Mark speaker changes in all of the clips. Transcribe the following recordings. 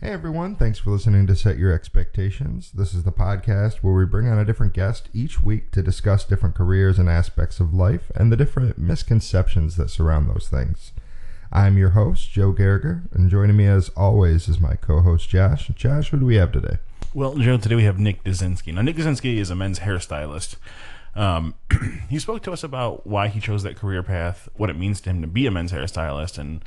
Speaker 1: Hey everyone, thanks for listening to Set Your Expectations. This is the podcast where we bring on a different guest each week to discuss different careers and aspects of life and the different misconceptions that surround those things. I'm your host, Joe Gerger, and joining me as always is my co host, Josh. Josh, what do we have today?
Speaker 2: Well, Joe, today we have Nick Dzinski. Now, Nick Dzinski is a men's hairstylist. Um, he spoke to us about why he chose that career path, what it means to him to be a men's hairstylist, and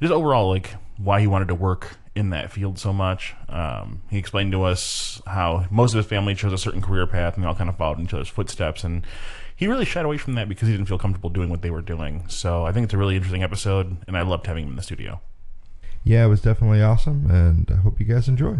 Speaker 2: just overall, like why he wanted to work in that field so much. Um, he explained to us how most of his family chose a certain career path, and they all kind of followed in each other's footsteps. And he really shied away from that because he didn't feel comfortable doing what they were doing. So I think it's a really interesting episode, and I loved having him in the studio.
Speaker 1: Yeah, it was definitely awesome, and I hope you guys enjoy.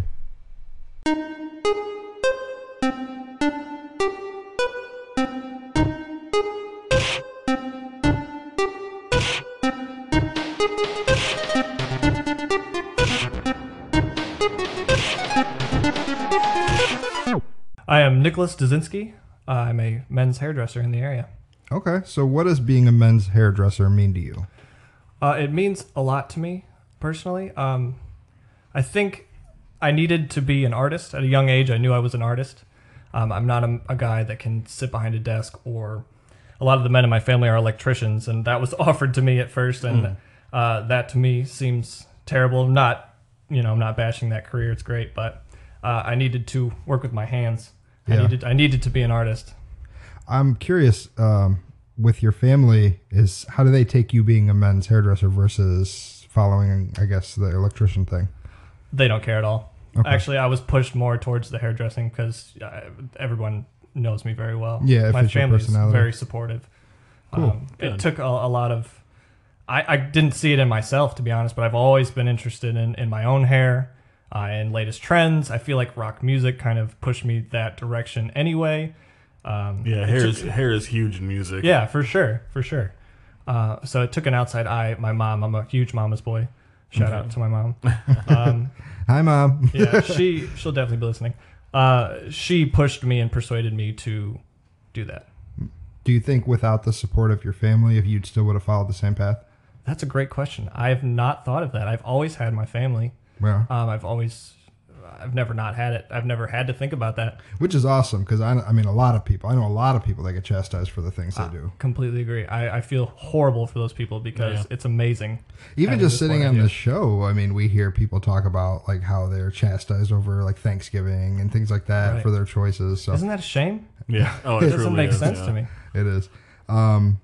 Speaker 3: I am Nicholas Dzinski. I'm a men's hairdresser in the area.
Speaker 1: Okay, so what does being a men's hairdresser mean to you?
Speaker 3: Uh, it means a lot to me personally. Um, I think I needed to be an artist at a young age. I knew I was an artist. Um, I'm not a, a guy that can sit behind a desk, or a lot of the men in my family are electricians, and that was offered to me at first, and uh, that to me seems terrible. I'm not, you know, I'm not bashing that career. It's great, but uh, I needed to work with my hands.
Speaker 1: Yeah.
Speaker 3: I needed, I needed to be an artist.
Speaker 1: I'm curious um, with your family is how do they take you being a men's hairdresser versus following I guess the electrician thing?
Speaker 3: they don't care at all.
Speaker 1: Okay.
Speaker 3: Actually, I was pushed more towards the hairdressing because everyone knows me very well.
Speaker 1: Yeah, it
Speaker 3: my
Speaker 1: fits your
Speaker 3: family's
Speaker 1: personality.
Speaker 3: very supportive.
Speaker 1: Cool.
Speaker 3: Um,
Speaker 2: Good.
Speaker 3: it took a, a lot of. I, I didn't see it in myself to be honest, but I've always been interested in in my own hair, uh, in latest trends. I feel like rock music kind of pushed me that direction anyway. Um,
Speaker 2: Yeah, hair is, hair is huge in music.
Speaker 3: yeah, for sure, for sure. Uh, so it took an outside eye. My mom, I'm a huge mama's boy. Shout out to my mom. Um,
Speaker 1: Hi mom.
Speaker 3: yeah, she she'll definitely be listening. Uh, she pushed me and persuaded me to do that.
Speaker 1: Do you think without the support of your family if you'd still would have followed the same path?
Speaker 3: That's a great question. I've not thought of that. I've always had my family.
Speaker 1: Well,
Speaker 3: Um, I've always, I've never not had it. I've never had to think about that.
Speaker 1: which is awesome because I, I mean a lot of people I know a lot of people that get chastised for the things
Speaker 3: Ah,
Speaker 1: they do.
Speaker 3: Completely agree. I, I feel horrible for those people because
Speaker 2: Yeah.
Speaker 3: it's amazing.
Speaker 1: Even
Speaker 3: having
Speaker 1: just
Speaker 3: this point
Speaker 1: sitting
Speaker 3: of
Speaker 1: on
Speaker 3: view.
Speaker 1: the show, I mean, we hear people talk about like how they're chastised over like Thanksgiving and things like that
Speaker 3: Right.
Speaker 1: for their choices. So
Speaker 3: Isn't that a shame?
Speaker 2: Yeah. Oh,
Speaker 3: It
Speaker 2: it
Speaker 3: doesn't
Speaker 2: truly
Speaker 3: make
Speaker 2: is,
Speaker 3: sense
Speaker 2: yeah.
Speaker 3: to me.
Speaker 1: it is. Um,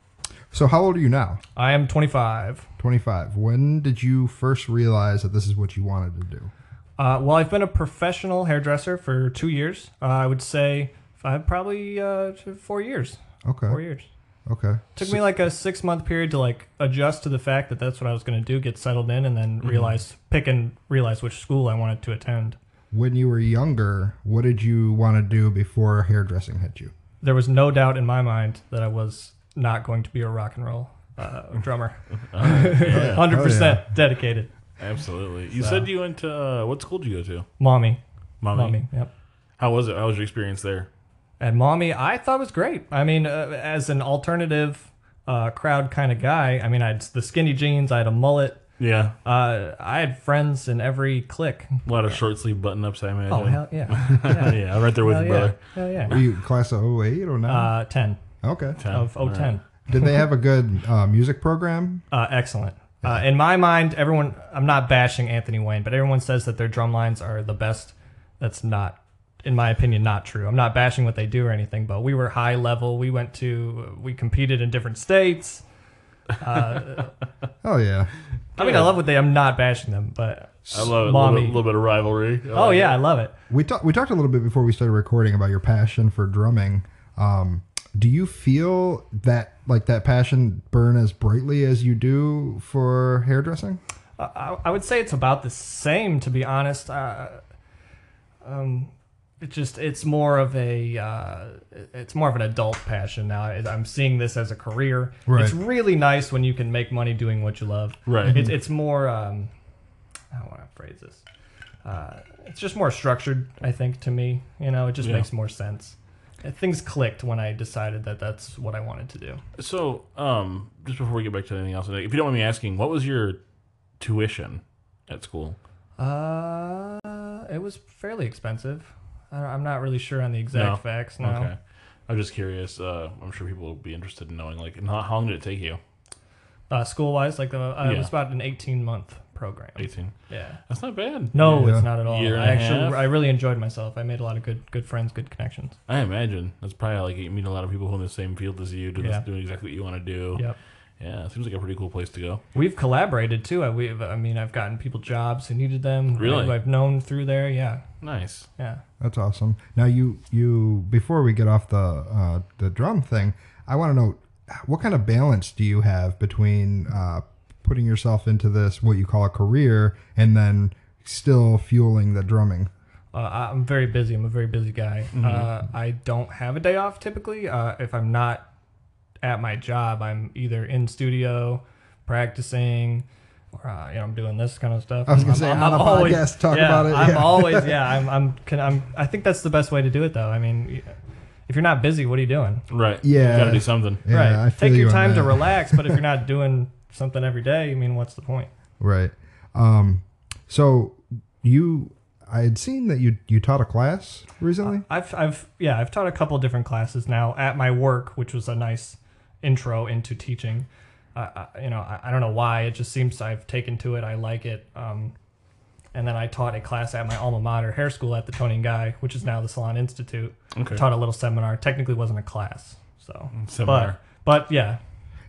Speaker 1: so how old are you now?
Speaker 3: I am 25.
Speaker 1: 25. When did you first realize that this is what you wanted to do?
Speaker 3: Uh, well, I've been a professional hairdresser for two years. Uh, I would say five, probably uh, four years.
Speaker 1: Okay.
Speaker 3: Four years.
Speaker 1: Okay.
Speaker 3: Took me like a six month period to like adjust to the fact that that's what I was going to do, get settled in, and
Speaker 2: Mm-hmm.
Speaker 3: then realize pick and realize which school I wanted to attend.
Speaker 1: When you were younger, what did you want to do before hairdressing hit you?
Speaker 3: There was no doubt in my mind that I was not going to be a rock and roll uh, drummer.
Speaker 2: Oh,
Speaker 3: Hundred percent dedicated,
Speaker 2: Absolutely. You said you went to uh, what school did you go to?
Speaker 3: mommy,
Speaker 2: Mommy.
Speaker 3: mommy. Yep.
Speaker 2: How was it? How was your experience there?
Speaker 3: And mommy, I thought was great. I mean, uh, as an alternative uh, crowd kind of guy, I mean, I had the skinny jeans, I had a mullet.
Speaker 2: Yeah.
Speaker 3: Uh, I had friends in every clique.
Speaker 2: A lot of short sleeve button ups, I imagine.
Speaker 3: Oh hell yeah,
Speaker 2: yeah. I'm right there with
Speaker 3: hell
Speaker 2: you,
Speaker 3: yeah,
Speaker 2: brother.
Speaker 3: hell
Speaker 1: Were
Speaker 3: yeah.
Speaker 1: you class of 08 or 09?
Speaker 3: Uh,
Speaker 2: Oh.
Speaker 3: ten.
Speaker 1: okay.
Speaker 3: of oh, 010.
Speaker 1: Did they have a good uh, music program?
Speaker 3: Uh, excellent. Uh, in my mind, everyone, I'm not bashing Anthony Wayne, but everyone says that their drum lines are the best. That's not, in my opinion, not true. I'm not bashing what they do or anything, but we were high level. We went to, we competed in different states.
Speaker 1: Oh, yeah.
Speaker 3: I mean, I love what they, I'm not bashing them, but
Speaker 2: I love it. A little
Speaker 3: Mommy.
Speaker 2: bit, little bit of rivalry.
Speaker 3: oh yeah, I love it.
Speaker 1: We, talk, we talked a little bit before we started recording about your passion for drumming. Um, do you feel that like that passion burn as brightly as you do for hairdressing?
Speaker 3: I, I would say it's about the same, to be honest. Uh, um, it just it's more of a uh, it's more of an adult passion now. I- I'm seeing this as a career.
Speaker 1: Right.
Speaker 3: It's really nice when you can make money doing what you love.
Speaker 2: Right.
Speaker 3: It's it's more. Um, I don't want to phrase this. Uh, it's just more structured, I think, to me. You know, it just
Speaker 2: Yeah.
Speaker 3: makes more sense. Uh, Things clicked when I decided that that's what I wanted to do.
Speaker 2: So, um, just before we get back to anything else, if you don't mind me asking, what was your tuition at school?
Speaker 3: Uh, it was fairly expensive. I don't, I'm not really sure on the exact
Speaker 2: No?
Speaker 3: facts now.
Speaker 2: Okay. I'm just curious. Uh, I'm sure people will be interested in knowing, like, and how, how long did it take you?
Speaker 3: Uh, school wise, like the, uh, it
Speaker 2: Yeah.
Speaker 3: was about an 18 month program.
Speaker 2: 18.
Speaker 3: Yeah.
Speaker 2: That's not bad.
Speaker 3: No,
Speaker 1: Yeah.
Speaker 3: it's not at all.
Speaker 2: Year and
Speaker 3: I
Speaker 2: a
Speaker 3: actually,
Speaker 2: half?
Speaker 3: I really enjoyed myself. I made a lot of good, good friends, good connections.
Speaker 2: I imagine that's probably like you meet a lot of people who are in the same field as you, doing,
Speaker 3: Yeah.
Speaker 2: doing exactly what you want to do.
Speaker 3: Yep.
Speaker 2: Yeah, it seems like a pretty cool place to go.
Speaker 3: We've collaborated too. I, we've, I mean, I've gotten people jobs who needed them.
Speaker 2: Really?
Speaker 3: who I've known through there. Yeah.
Speaker 2: Nice.
Speaker 3: Yeah.
Speaker 1: That's awesome. Now you you before we get off the uh, the drum thing, I want to know what kind of balance do you have between uh, putting yourself into this what you call a career and then still fueling the drumming.
Speaker 3: Uh, I- I'm very busy. I'm a very busy guy. Uh, I don't have a day off typically. Uh, if I'm not at my job, I'm either in studio practicing, or uh, you know, I'm doing this kind of stuff.
Speaker 1: I was gonna say, on a podcast, talk
Speaker 3: yeah,
Speaker 1: about it,
Speaker 3: I'm
Speaker 1: yeah.
Speaker 3: always yeah. I'm I'm, can, I'm I think that's the best way to do it though. I mean, if you're not busy, what are you doing?
Speaker 2: Right.
Speaker 1: Yeah.
Speaker 2: Got to do something.
Speaker 1: Yeah, I
Speaker 3: right.
Speaker 1: feel
Speaker 3: Take
Speaker 1: you
Speaker 3: your
Speaker 1: on
Speaker 3: time to
Speaker 1: that.
Speaker 3: relax. But if you're not doing something every day, I mean, what's the point?
Speaker 1: Right. Um, so you, I had seen that you you taught a class recently.
Speaker 3: I've, I've, yeah, I've taught a couple different classes now at my work, which was a nice intro into teaching. Uh, I, you know, I, I don't know why. It just seems I've taken to it. I like it. Um, and then I taught a class at my alma mater, hair school at the Tony and Guy, which is now the Salon Institute.
Speaker 2: Okay.
Speaker 3: Taught a little seminar. Technically, wasn't a class. So,
Speaker 2: Seminar.
Speaker 3: but, but yeah.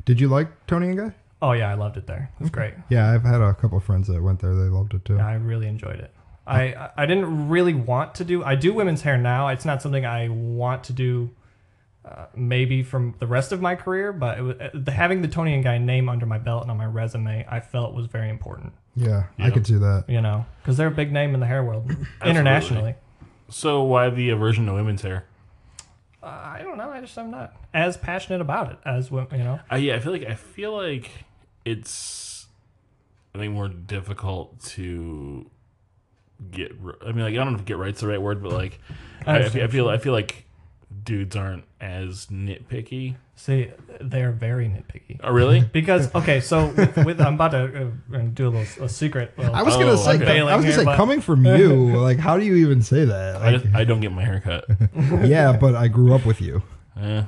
Speaker 1: Did you like Tony and Guy?
Speaker 3: Oh yeah, I loved it there. It was great.
Speaker 1: Yeah, I've had a couple of friends that went there. They loved it too.
Speaker 3: I really enjoyed it. I, I- I didn't really want to do. I do women's hair now. It's not something I want to do. Uh, maybe from the rest of my career, but it was, uh, the, having the Tony and Guy name under my belt and on my resume, I felt was very important.
Speaker 1: Yeah, I
Speaker 2: Yeah.
Speaker 1: could see that.
Speaker 3: You know, because they're a big name in the hair world internationally.
Speaker 2: So why the aversion to women's hair?
Speaker 3: Uh, I don't know. I just I'm not as passionate about it as wo- you know.
Speaker 2: Uh, yeah, I feel like I feel like it's I think more difficult to get. r- I mean, like I don't know if "get right's the right word, but like I, I, feel, I feel I feel like dudes aren't as nitpicky.
Speaker 3: See, they're very nitpicky.
Speaker 2: Oh, really?
Speaker 3: Because okay, so with, with I'm about to uh, do a little a secret. Little,
Speaker 1: I was
Speaker 2: Oh,
Speaker 1: gonna say,
Speaker 2: okay.
Speaker 1: I was gonna
Speaker 3: Failing
Speaker 1: say,
Speaker 3: here, but-
Speaker 1: coming from you, like, how do you even say that?
Speaker 2: I,
Speaker 1: Like,
Speaker 2: just, I don't get my hair cut.
Speaker 1: yeah, but I grew up with you.
Speaker 2: Eh.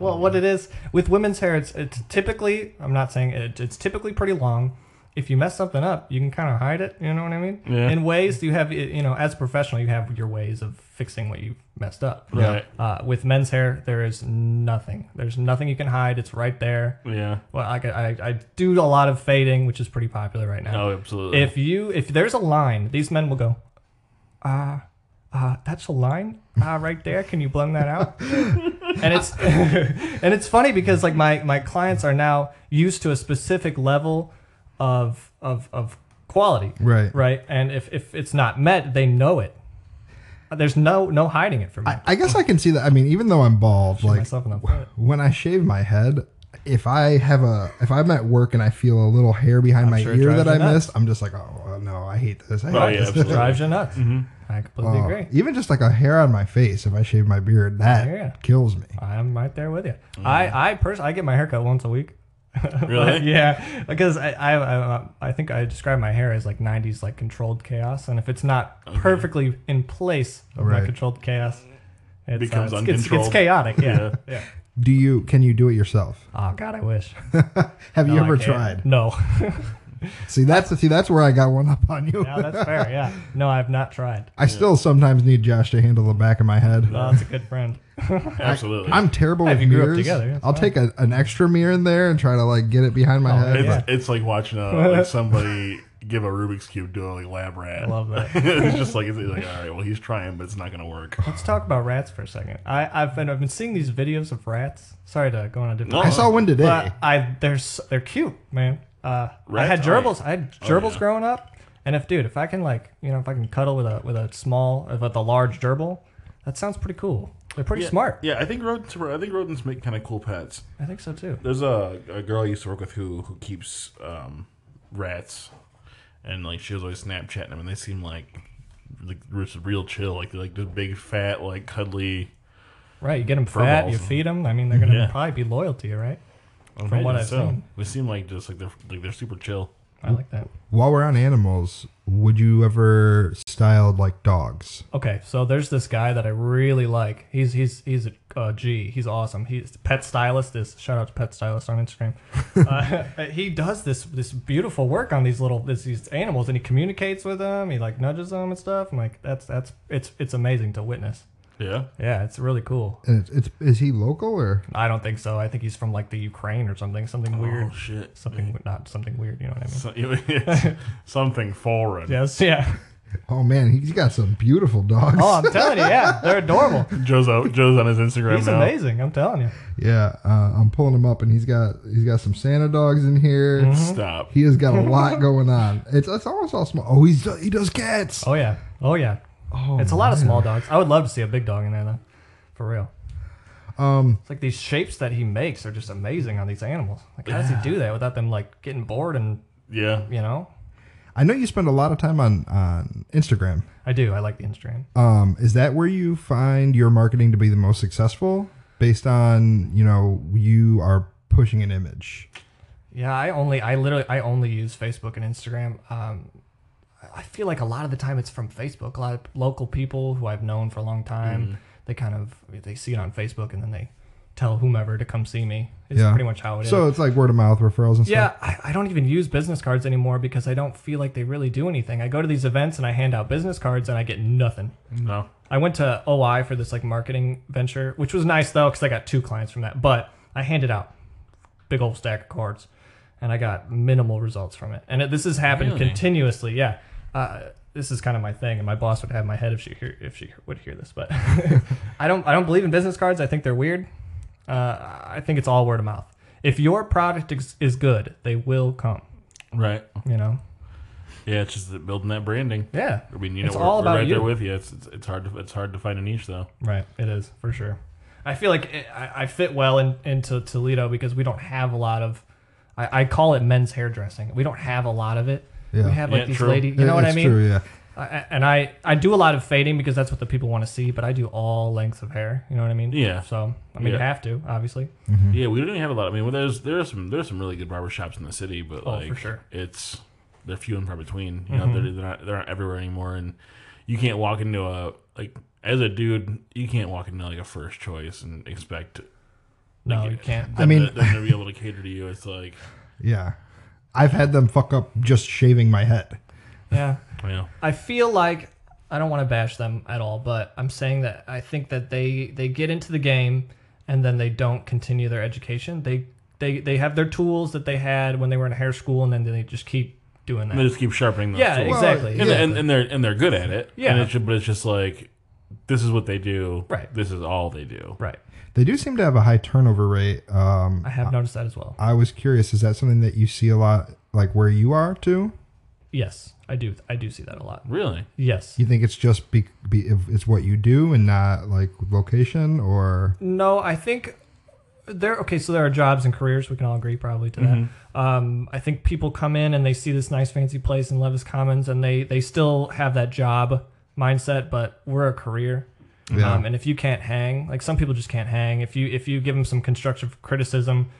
Speaker 3: Well, what it is with women's hair, it's, it's typically, I'm not saying it, it's typically pretty long. If you mess something up, you can kind of hide it. You know what I mean?
Speaker 2: Yeah.
Speaker 3: In ways you have, you know, as a professional, you have your ways of fixing what you've messed up.
Speaker 2: Right.
Speaker 3: Uh, with men's hair, there is nothing. There's nothing you can hide. It's right there.
Speaker 2: Yeah.
Speaker 3: Well, I, I, I do a lot of fading, which is pretty popular right now.
Speaker 2: No, Oh, absolutely.
Speaker 3: If you, if there's a line, these men will go, ah, uh, that's a line uh, right there. Can you blend that out? and it's and it's funny because like my my clients are now used to a specific level of of of quality,
Speaker 1: Right.
Speaker 3: right? And if if it's not met, they know it. Uh, There's no no hiding it from me.
Speaker 1: I, I guess I can see that. I mean, even though I'm bald,
Speaker 3: Shoot
Speaker 1: like,
Speaker 3: myself in the foot.
Speaker 1: when I shave my head, if I have a if I'm at work and I feel a little hair behind my
Speaker 3: sure it
Speaker 1: ear
Speaker 3: drives
Speaker 1: that I
Speaker 3: you nuts.
Speaker 1: missed, I'm just like, oh well, no, I hate this. I hate
Speaker 2: Oh, yeah,
Speaker 1: this.
Speaker 2: absolutely.
Speaker 3: Drives you nuts. I completely
Speaker 1: Oh,
Speaker 3: agree.
Speaker 1: Even just like a hair on my face, if I shave my beard, that
Speaker 3: Yeah.
Speaker 1: kills me.
Speaker 3: I'm right there with you. I I pers- I get my haircut once a week.
Speaker 2: Really?
Speaker 3: yeah, because I, I I I think I describe my hair as like '90s like controlled chaos, and if it's not perfectly in place of
Speaker 1: Right.
Speaker 3: my controlled chaos, it's, uh,
Speaker 2: Becomes
Speaker 3: it's- it's- It's,
Speaker 2: uncontrolled.
Speaker 3: chaotic. Yeah.
Speaker 2: Yeah.
Speaker 3: yeah.
Speaker 1: Do you can you do it yourself?
Speaker 3: Oh God, I wish.
Speaker 1: Have you
Speaker 3: No, I
Speaker 1: ever
Speaker 3: can't.
Speaker 1: tried?
Speaker 3: No.
Speaker 1: See that's see that's where I got one up on you.
Speaker 3: yeah, that's fair. Yeah. No, I've not tried.
Speaker 1: I still sometimes need Josh to handle the back of my head.
Speaker 3: No, that's a good friend.
Speaker 2: absolutely.
Speaker 1: I'm terrible
Speaker 3: Uh, Hey,
Speaker 1: with
Speaker 3: if you grew up
Speaker 1: mirrors.
Speaker 3: together, that's
Speaker 1: I'll
Speaker 3: fine. Oh,
Speaker 1: take a, an extra mirror in there and try to like get it behind my head.
Speaker 2: it's,
Speaker 3: yeah.
Speaker 2: it's like watching a, like somebody give a Rubik's cube to a lab rat.
Speaker 3: I love that.
Speaker 2: it's just like it's like all right, well he's trying, but it's not gonna work.
Speaker 3: Let's talk about rats for a second. I I've been I've been seeing these videos of rats. Sorry to go on a different.
Speaker 2: No,
Speaker 1: I saw one today.
Speaker 3: But I they're s- they're cute, man. Uh, I
Speaker 2: Rats?
Speaker 3: had
Speaker 2: Oh,
Speaker 3: gerbils. I had
Speaker 2: Oh,
Speaker 3: gerbils
Speaker 2: yeah.
Speaker 3: growing up, and if dude, if I can like you know if I can cuddle with a with a small uh, with a large gerbil, that sounds pretty cool. They're pretty
Speaker 2: Yeah,
Speaker 3: smart.
Speaker 2: Yeah, I think rodents. I think rodents make kind of cool pets.
Speaker 3: I think so too.
Speaker 2: There's a, a girl I used to work with who who keeps um, rats, and like she was always Snapchatting them, and they seem like like just real chill, like they're like this big fat like cuddly.
Speaker 3: Right, you get them fat,
Speaker 2: balls.
Speaker 3: you feed them. I mean, they're gonna
Speaker 2: Yeah.
Speaker 3: probably be loyal to you, right?
Speaker 2: From
Speaker 3: what I've seen.
Speaker 2: they seem like just like they're like they're super chill.
Speaker 3: I like that.
Speaker 1: While we're on animals, would you ever styled like dogs?
Speaker 3: Okay, so there's this guy that I really like. He's he's he's a uh, G. He's awesome. He's pet stylist. Is shout out to pet stylist on Instagram. uh, he does this this beautiful work on these little this, these animals, and he communicates with them. He like nudges them and stuff. I'm like, that's that's it's it's amazing to witness.
Speaker 2: Yeah.
Speaker 3: Yeah, it's really cool.
Speaker 1: And it's, it's is he local or
Speaker 3: I don't think so. I think he's from like the Ukraine or something. Something
Speaker 2: Oh
Speaker 3: weird.
Speaker 2: shit.
Speaker 3: Something not something weird. You know what I mean?
Speaker 2: So- yeah, something foreign.
Speaker 3: Yes. Yeah.
Speaker 1: oh man, he's got some beautiful dogs.
Speaker 3: Oh, I'm telling you. Yeah, they're adorable.
Speaker 2: Joe's out, Joe's on his Instagram
Speaker 3: He's
Speaker 2: now.
Speaker 3: amazing. I'm telling you.
Speaker 1: Yeah, uh, I'm pulling him up, and he's got he's got some Santa dogs in here.
Speaker 3: Mm-hmm.
Speaker 2: Stop.
Speaker 1: He has got a lot going on. It's it's almost all small. Oh, he's he does cats.
Speaker 3: Oh yeah. Oh yeah.
Speaker 1: Oh,
Speaker 3: It's a lot of small dogs. I would love to see a big dog in there though, for real.
Speaker 1: Um,
Speaker 3: It's like these shapes that he makes are just amazing on these animals. Like how does he do that without them like getting bored and
Speaker 2: Yeah.
Speaker 3: you know?
Speaker 1: I know you spend a lot of time on on Instagram.
Speaker 3: I do. I like the Instagram.
Speaker 1: Um, is that where you find your marketing to be the most successful? Based on you know you are pushing an image.
Speaker 3: Yeah, I only, I literally, I only use Facebook and Instagram. Um, I- I feel like a lot of the time it's from Facebook. A lot of local people who I've known for a long time,
Speaker 1: Mm-hmm.
Speaker 3: they kind of they see it on Facebook and then they tell whomever to come see me. Is
Speaker 1: Yeah.
Speaker 3: pretty much how it is.
Speaker 1: So it's like word of mouth referrals and stuff.
Speaker 3: Yeah, I, I don't even use business cards anymore because I don't feel like they really do anything. I go to these events and I hand out business cards and I get nothing.
Speaker 2: No.
Speaker 3: I went to OI for this like marketing venture, which was nice though because I got two clients from that. But I handed out big old stack of cards, and I got minimal results from it. And it, this has happened
Speaker 2: Really?
Speaker 3: continuously. Yeah, uh, this is kind of my thing, and my boss would have my head if she hear, if she would hear this. But I don't I don't believe in business cards. I think they're weird. Uh, I think it's all word of mouth. If your product is, is good, they will come.
Speaker 2: Right.
Speaker 3: You know.
Speaker 2: Yeah, it's just that building that branding.
Speaker 3: Yeah.
Speaker 2: I mean, you know,
Speaker 3: It's
Speaker 2: we're,
Speaker 3: all
Speaker 2: we're
Speaker 3: about
Speaker 2: right
Speaker 3: you.
Speaker 2: there with you. It's, it's it's hard to it's hard to find a niche though.
Speaker 3: Right. It is for sure. I feel like it, I, I fit well in, into Toledo because we don't have a lot of. I, I call it men's hairdressing. We don't have a lot of it.
Speaker 1: Yeah.
Speaker 3: We have like
Speaker 2: Yeah,
Speaker 3: these
Speaker 2: true.
Speaker 3: lady. You know what I
Speaker 1: It's
Speaker 3: mean?
Speaker 1: True, yeah.
Speaker 3: I, I- and I I do a lot of fading because that's what the people want to see. But I do all lengths of hair. You know what I mean?
Speaker 2: Yeah.
Speaker 3: So I mean, you
Speaker 2: Yeah.
Speaker 3: have to obviously.
Speaker 1: Mm-hmm.
Speaker 2: Yeah, we don't even have a lot. I mean, well, there's there's some there's some really good barber shops in the city, but
Speaker 3: Oh,
Speaker 2: like
Speaker 3: for sure. Mm-hmm.
Speaker 2: it's they're few and far between. You know, they're, they're not they're not everywhere anymore, and you can't walk into a like as a dude, you can't walk into like a first choice and expect.
Speaker 3: No,
Speaker 2: like,
Speaker 3: you can't.
Speaker 1: I mean-
Speaker 2: them to, them to be able to cater to you. It's like,
Speaker 1: Yeah. I've had them fuck up just shaving my head.
Speaker 3: Yeah.
Speaker 2: you know,
Speaker 3: I feel like I don't want to bash them at all, but I'm saying that I think that they they get into the game and then they don't continue their education. They they they have their tools that they had when they were in hair school, and then they just keep doing
Speaker 2: they
Speaker 3: that.
Speaker 2: just keep sharpening those
Speaker 3: Yeah,
Speaker 2: tools.
Speaker 3: exactly.
Speaker 1: Well,
Speaker 2: and,
Speaker 1: yeah.
Speaker 2: and, and they're and they're good at it.
Speaker 3: Yeah.
Speaker 2: and it's, ju- but it's just like this is what they do.
Speaker 3: Right.
Speaker 2: This is all they do.
Speaker 3: Right.
Speaker 1: They do seem to have a high turnover rate. Um,
Speaker 3: I have noticed that as well.
Speaker 1: I was curious, is that something that you see a lot, like where you are too?
Speaker 3: Yes, I do. I do see that a lot.
Speaker 2: Really?
Speaker 3: Yes.
Speaker 1: You think it's just be, be if it's what you do and not like location or
Speaker 3: No, I think there. Okay, so there are jobs and careers. We can all agree probably to that. Um, I think people come in and they see this nice fancy place in Levis Commons, and they they still have that job mindset, but we're a career.
Speaker 1: Yeah.
Speaker 3: Um, and if you can't hang, like some people just can't hang. If you if you give them some constructive criticism,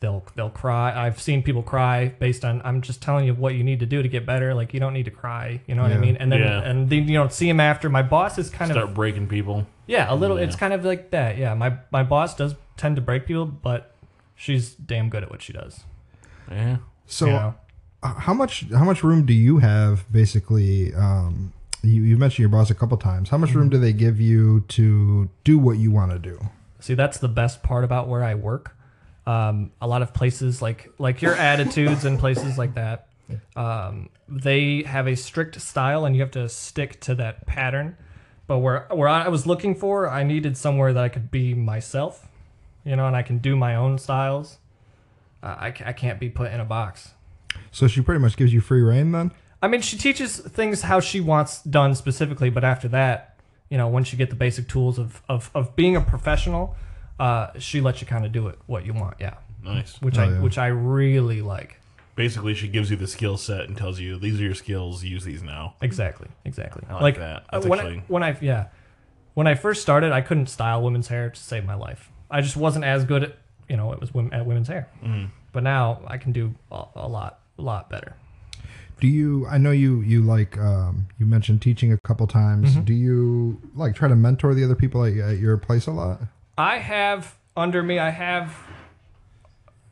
Speaker 3: they'll they'll cry. I've seen people cry based on I'm just telling you what you need to do to get better. Like you don't need to cry. You know what
Speaker 1: Yeah.
Speaker 3: I mean? And then
Speaker 2: Yeah.
Speaker 3: and then you don't see them after. My boss is kind of
Speaker 2: Start breaking people.
Speaker 3: yeah, a little. It's
Speaker 2: Yeah.
Speaker 3: kind of like that. Yeah, my my boss does tend to break people, but she's damn good at what she does.
Speaker 2: Yeah.
Speaker 1: so?
Speaker 3: you know?
Speaker 1: uh, How much how much room do you have basically? Um, you, you mentioned your boss a couple times. How much room do they give you to do what you want to do?
Speaker 3: See, that's the best part about where I work. Um, a lot of places like like your attitudes and places like that, um, they have a strict style, and you have to stick to that pattern. But where where I was looking for, I needed somewhere that I could be myself, you know, and I can do my own styles. Uh, I ca- I can't be put in a box.
Speaker 1: So she pretty much gives you free reign then.
Speaker 3: I mean, she teaches things how she wants done specifically, but after that, you know, once you get the basic tools of of, of being a professional, uh, she lets you kind of do it what you want. Yeah,
Speaker 2: Nice.
Speaker 3: which
Speaker 1: Oh,
Speaker 3: I
Speaker 1: yeah.
Speaker 3: which I really like.
Speaker 2: basically she gives you the skill set and tells you these are your skills use these now
Speaker 3: Exactly, exactly.
Speaker 2: I like that.
Speaker 3: uh,
Speaker 2: That's
Speaker 3: when
Speaker 2: actually-
Speaker 3: I, when I yeah, when I first started, I couldn't style women's hair to save my life. I just wasn't as good at
Speaker 2: Mm-hmm.
Speaker 3: you know it was women, at women's hair. But now I can do a, a lot a lot better.
Speaker 1: Do you? I know you. You like. Um, you mentioned teaching a couple times. Do you like try to mentor the other people at, at your place a lot?
Speaker 3: I have under me, I have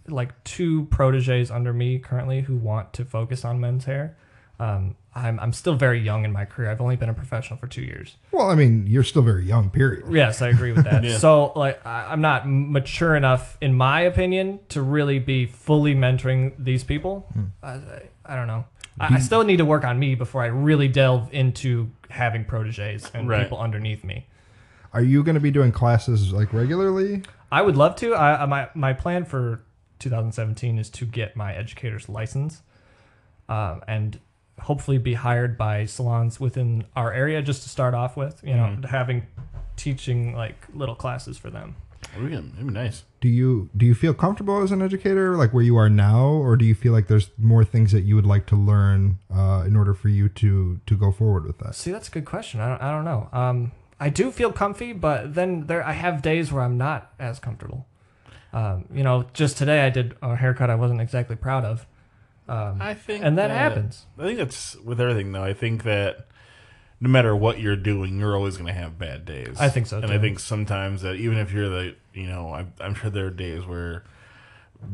Speaker 3: like two proteges under me currently who want to focus on men's hair. Um, I'm, I'm still very young in my career. I've only been a professional for two years.
Speaker 1: Well, I mean, you're still very young. Period.
Speaker 3: Yes, I agree with that.
Speaker 2: Yeah.
Speaker 3: So, like, I, I'm not mature enough, in my opinion, to really be fully mentoring these people.
Speaker 2: Hmm.
Speaker 3: I, I, I don't know. I, I still need to work on me before I really delve into having proteges and
Speaker 2: Right.
Speaker 3: people underneath me.
Speaker 1: Are you going to be doing classes like regularly?
Speaker 3: I would love to. I, I- my my plan for 2017 is to get my educator's license, um, and hopefully be hired by salons within our area just to start off with. You know, having teaching like little classes for them.
Speaker 2: It'd be, it'd be nice.
Speaker 1: Do you do you feel comfortable as an educator, like where you are now, or do you feel like there's more things that you would like to learn uh, in order for you to to go forward with that?
Speaker 3: See, that's a good question. I don't, I don't know. Um, I do feel comfy, but then there I have days where I'm not as comfortable. Um, you know, just today I did a haircut I wasn't exactly proud of. Um,
Speaker 2: I think,
Speaker 3: and that happens.
Speaker 2: I think that's with everything though. I think that no matter what you're doing, you're always going to have bad days.
Speaker 3: I think so,
Speaker 2: and
Speaker 3: too.
Speaker 2: I think sometimes that even if you're the, you know, I'm, I'm sure there are days where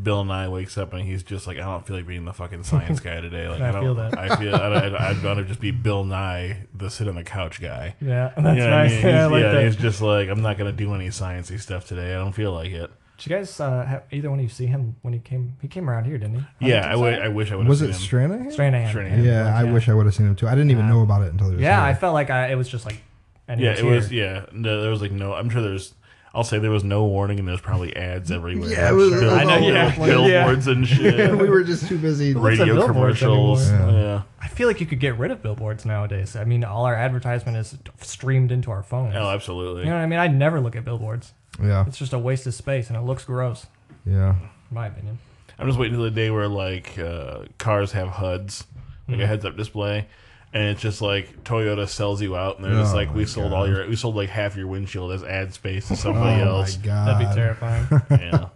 Speaker 2: Bill Nye wakes up and he's just like, I don't feel like being the fucking science guy today. Like
Speaker 3: I
Speaker 2: I, don't,
Speaker 3: feel that.
Speaker 2: I feel I'd, I'd, I'd rather just be Bill Nye, the sit on the couch guy.
Speaker 3: Yeah, that's
Speaker 2: You know what I
Speaker 3: nice.
Speaker 2: mean?
Speaker 3: Yeah, I
Speaker 2: He's-
Speaker 3: like
Speaker 2: yeah,
Speaker 3: that.
Speaker 2: he's just like, I'm not gonna do any sciencey stuff today. I don't feel like it.
Speaker 3: Did you guys uh, have either one of you see him when he came? He came around here, didn't he?
Speaker 2: yeah, I would. I wish I would.
Speaker 1: Was
Speaker 2: seen
Speaker 1: it
Speaker 2: him.
Speaker 1: Stranahan?
Speaker 3: Stranahan.
Speaker 2: Stranahan.
Speaker 1: Yeah, I wish I would have seen him too. I didn't even know about it until. Just
Speaker 3: Yeah, I
Speaker 1: today.
Speaker 3: felt like I, it was just like. And he
Speaker 2: Yeah, it was.
Speaker 3: here.
Speaker 2: Yeah, no, there was like no. I'm sure there's. I'll say there was no warning, and there's probably ads everywhere.
Speaker 1: Yeah, it was-
Speaker 2: Bill-
Speaker 1: I know,
Speaker 2: bill-
Speaker 1: yeah.
Speaker 2: billboards and shit,
Speaker 1: we were just too busy.
Speaker 3: at
Speaker 2: radio
Speaker 3: billboards
Speaker 2: commercials.
Speaker 1: anymore.
Speaker 2: Yeah.
Speaker 3: I feel like you could get rid of billboards nowadays. I mean, all our advertisement is streamed into our phones.
Speaker 2: Oh, absolutely.
Speaker 3: you know what I mean? I never look at billboards.
Speaker 1: Yeah,
Speaker 3: It's just a waste of space, and it looks gross,
Speaker 1: yeah.
Speaker 3: in my opinion.
Speaker 2: I'm just waiting till the day where like uh, cars have HUDs, like a heads-up display, and it's just like Toyota sells you out, and they're just
Speaker 1: Oh
Speaker 2: like,
Speaker 1: my
Speaker 2: we sold all your, we sold like half your windshield as ad space to somebody
Speaker 1: oh
Speaker 2: else.
Speaker 1: my god,
Speaker 3: That'd be terrifying.
Speaker 2: Yeah.